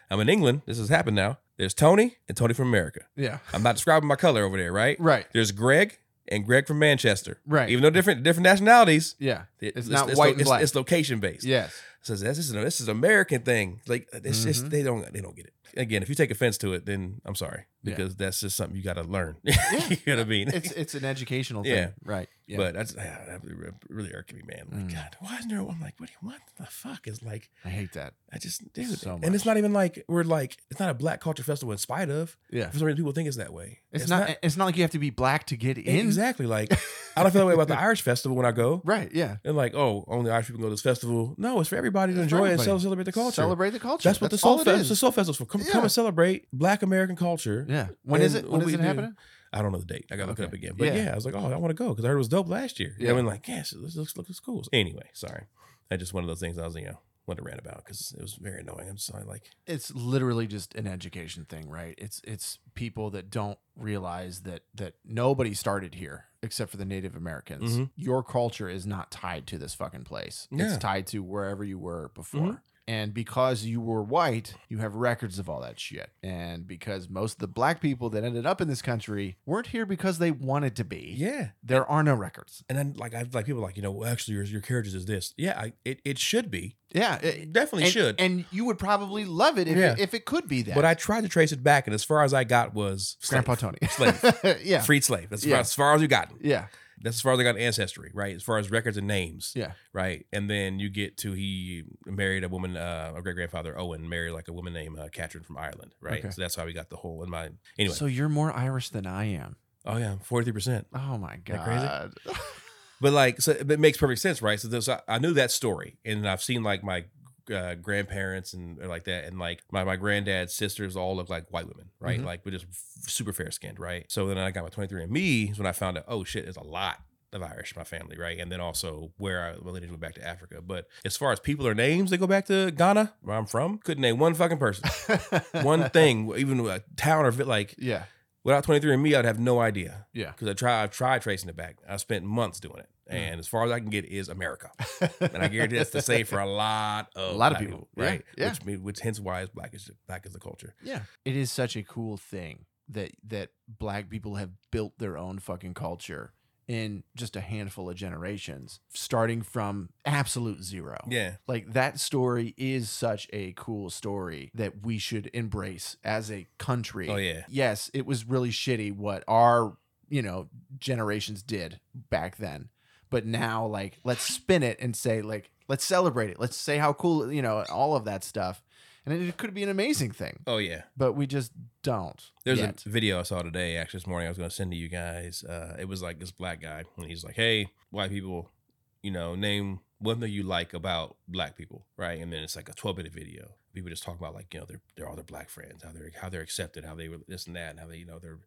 I'm in England. This has happened now. There's Tony and Tony from America.
yeah.
I'm not describing my color over there, right?
Right,
There's Greg and Greg from Manchester.
right.
Even though different different nationalities,
yeah,
it-
It's not white and
it's,
black.
It's location based.
yes.
So this is this is an American thing. Like it's just
Mhm.
they don't they don't get it. Again, if you take offense to it, then I'm sorry
Yeah.
because that's just something you got to learn. you know what I mean?
It's it's an educational
Yeah.
thing. Right. Yeah.
But that's ah, that really, really irked me, man. Like,
Mm.
God, why isn't there? I'm like, what? do you- What the fuck is like?
I hate that.
I just dude,
So
and it's
much.
not even like we're like it's not a black culture festival in spite of.
Yeah.
For some reason, people think it's that way.
It's, not, It's not like you have to be black to get in.
exactly like I don't feel that way about the Irish festival when I go.
Right. Yeah.
And like, oh, only Irish people go to this festival. No, it's for everybody to
It's for
enjoy and
everybody.
cel- celebrate the culture.
Celebrate the culture.
That's what the
all
soul
it
fest,
is.
the soul festival's for. Come,
Yeah.
come and celebrate Black American culture.
Yeah. When is
And
it?
what
When is
we
it
do-
happening?
I don't know the date. I gotta look it
Okay.
up again. But
Yeah.
yeah, I was like, oh, I want to go because I heard it was dope last year.
Yeah.
I mean, like, yes, this looks looks cool. Anyway, sorry. I just one of those things. I was, you know, what it ran about because it was very annoying. I'm sorry, like
it's literally just an education thing, right? It's it's people that don't realize that that nobody started here except for the Native Americans.
Mhm.
Your culture is not tied to this fucking place. It's
Yeah. Mm-hmm.
tied to wherever you were before. And because you were white, you have records of all that shit. And because most of the black people that ended up in this country weren't here because they wanted to be,
yeah.
there are no records.
And then like I like people like you know well, actually your your carriage is this. Yeah, I, it it should be
Yeah. it-
it definitely
and,
should.
And you would probably love it if,
Yeah.
it if it could be that.
but I tried to trace it back, and as far as I got was slave.
Grandpa Tony.
Slave.
yeah.
freed slave. That's
Yeah.
far, as far as you got.
Yeah.
That's as far as I got ancestry, right? As far as records and names,
Yeah.
right? And then you get to he married a woman, uh, a great grandfather Owen married like a woman named uh, Catherine from Ireland, right?
Okay.
So that's how we got the whole in my anyway.
So you're more Irish than I am.
oh yeah, forty three percent.
Oh my
That crazy?
god.
But like, so but it makes perfect sense, right? So there's, I, I knew that story, and I've seen like my uh, grandparents and or like that, and like my my granddad's sisters all look like white women, right?
Mhm.
Like we're just f- super fair skinned, right? So then I got my 23 and Me is when I found out, oh shit, there's a lot of Irish in my family, right? And then also where I my lineage went back to Africa. But as far as people or names that go back to Ghana, where I'm from, couldn't name one fucking person, one thing, even a town or vi- like
Yeah.
without 23 and Me, I'd have no idea
Yeah.
because I try I've tried tracing it back. I spent months doing it,
Mm.
and as far as I can get is America, and I guarantee that's the same for a lot of
A lot of
black
people. Yeah,
right?
yeah.
Which mean, which hence why is black is black is the culture.
Yeah. It is such a cool thing that that black people have built their own fucking culture in just a handful of generations, starting from absolute zero.
Yeah,
Like that story is such a cool story that we should embrace as a country.
Oh, yeah.
Yes, it was really shitty what our, you know, generations did back then. But now like let's spin it and say like let's celebrate it. Let's say how cool, you know, all of that stuff. And it could be an amazing thing,
oh yeah.
but we just don't.
There's
yet.
a video I saw today actually this morning. I was going to send to you guys. Uh, it was like this black guy, and he's like, "Hey, white people, you know, name one thing you like about black people, right?" And then it's like a 12 minute video. People just talk about like you know their their all their black friends, how they're how they're accepted, how they were this and that, and how they you know they're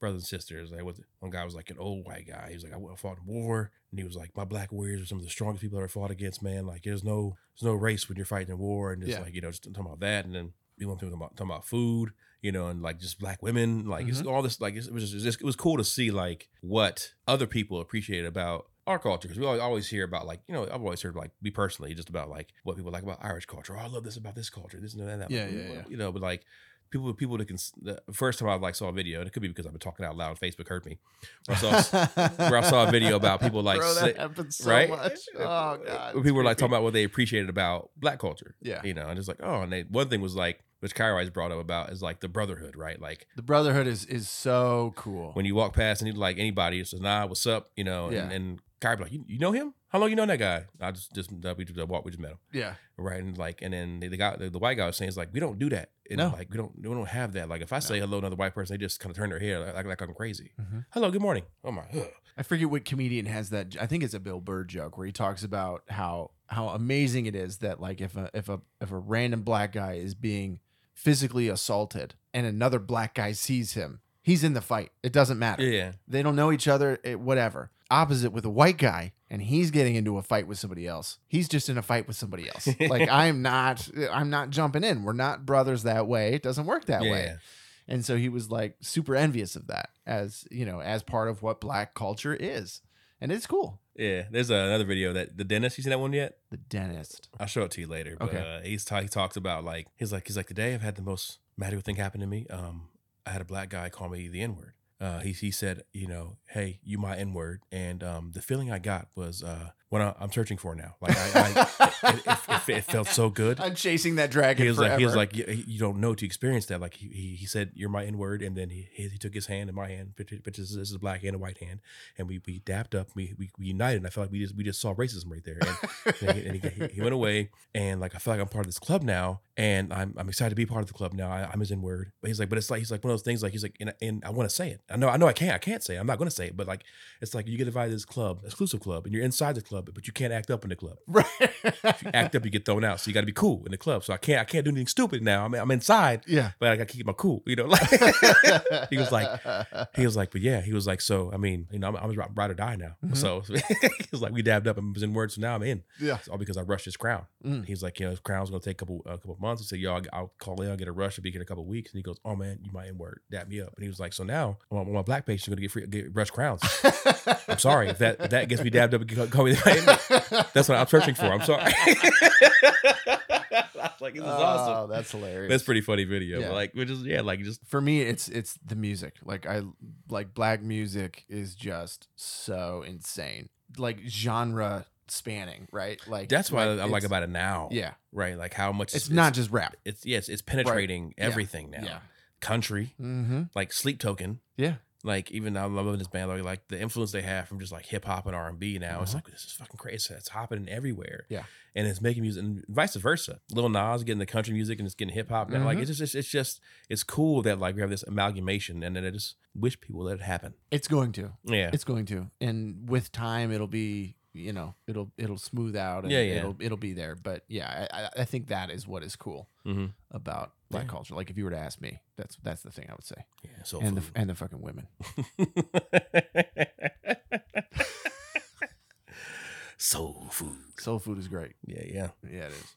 brothers and sisters. Like was one guy was like an old white guy. He was like, I went and fought in war, and he was like, my black warriors are some of the strongest people I ever fought against, man. Like there's no there's no race when you're fighting in war, and just
Yeah.
like you know just talking about that, and then we went through talking about, talking about food, you know, and like just black women, like
Mm-hmm.
it's all this, like it's- it was just it was cool to see like what other people appreciate about. Our culture, because we always, always hear about like you know I've always heard like me personally just about like what people like about Irish culture. Oh, I love this about this culture, this and that. and that.
Yeah,
Like,
yeah,
well,
yeah.
You know, but like people people that can the first time I like saw a video, and it could be because I've been talking out loud. Facebook hurt me. I saw where I saw a video about people, like,
Bro,
sit-
that happens so
right?
much. Oh god.
When people were like
creepy.
talking about what they appreciated about black culture.
Yeah.
You know, and it's like, oh, and they, one thing was like, which Kyra always brought up about is like the brotherhood, right? Like
The brotherhood is is so cool.
when you walk past and you like anybody, it's just, nah, what's up? You know,
Yeah.
and, and Kyra be like, you, you know him? How long you know that guy? I just, just, uh, we just walked, we just met him.
yeah.
Right. And like, and then the, the guy, the, the white guy was saying, it's like, we don't do that. And
No.
like, we don't, we don't have that. Like, if I say hello to another white person, they just kind of turn their head like, like, I'm crazy.
Mhm.
Hello, good morning. Oh my, ugh.
I forget what comedian has that. I think it's a Bill Burr joke where he talks about how how amazing it is that like if a if a if a random black guy is being physically assaulted and another black guy sees him, he's in the fight. It doesn't matter.
yeah.
They don't know each other. It, whatever. Opposite with a white guy, and he's getting into a fight with somebody else. He's just in a fight with somebody else. like I'm not. I'm not jumping in. We're not brothers that way. It doesn't work that
yeah.
way. And so he was like super envious of that as, you know, as part of what black culture is. And it's cool.
Yeah, there's another video that the dentist. You seen that one yet?
The dentist.
I'll show it to you later. But
Okay.
uh, he's ta- he talks about like he's like he's like today I've had the most magical thing happen to me. Um, I had a black guy call me the N word. Uh, he he said you know hey you my N word and um the feeling I got was uh what I, I'm searching for now like I, I it, it, it, it felt so good.
I'm chasing that dragon
He was
forever.
like he was like you, you don't know to experience that like he he, he said you're my N word and then he, he he took his hand and my hand which which is this is a black and a white hand and we we dapped up we we, we united and I felt like we just we just saw racism right there. And, and, he, and he, he went away and like i feel like i'm part of this club now and I'm, I'm excited to be part of the club now. I, I'm his N word, but he's like, but it's like he's like one of those things. Like he's like, and, and I want to say it. I know, I know, I can't, I can't say. It. I'm not going to say it, but like, it's like you get invited to this club, exclusive club, and you're inside the club, but you can't act up in the club.
Right.
If you act up, you get thrown out. So you got to be cool in the club. So I can't, I can't do anything stupid now. I'm, I'm inside,
yeah.
but I got to keep my cool. You know, like He was like- he was like, but yeah, he was like, so I mean, you know, I'm, I'm ride ride or die now.
Mhm.
So he was like, we dabbed up and was in words. So now I'm in.
yeah.
It's all because I rushed his crown.
Mm.
He's like, you know, his crown's gonna take a couple a couple months. He said, y'all, I'll call in, I'll get a rush, I'll be here in a couple weeks. And he goes, oh man, you might in word, dap me up. And he was like, so now my, my black patients are gonna get free get rush crowns. I'm sorry if that if that gets me dabbed up. and Call me. That's what I'm searching for. I'm sorry. I was like, this is
Oh,
awesome.
that's hilarious.
That's pretty funny video.
Yeah.
but Like, which is yeah, like just
for me it's it's the music like i like black music is just so insane like genre spanning right like
that's what I, I like
it's-
about it now.
yeah
Right. Like how much
it's, not just rap
It's yes, it's penetrating
Yeah.
everything now.
yeah
Country,
mm-hmm
like Sleep Token.
yeah
like even I'm loving this band like, like the influence they have from just like hip hop and R and B now it's like this is fucking crazy it's happening everywhere
Uh-huh. Yeah.
and it's making music and vice versa Lil Nas getting the country music and it's getting hip hop now like
Mhm.
it's just it's just it's cool that like we have this amalgamation and then I just wish people let it happen
it's going to
yeah
it's going to and with time it'll be you know it'll it'll smooth out and
Yeah, yeah.
it'll it'll be there but yeah i I- i think that is what is cool
hmm
about black
Yeah.
culture like if you were to ask me that's that's the thing i would say
yeah so
and the and the fucking women
soul food
soul food is great
yeah yeah
yeah it is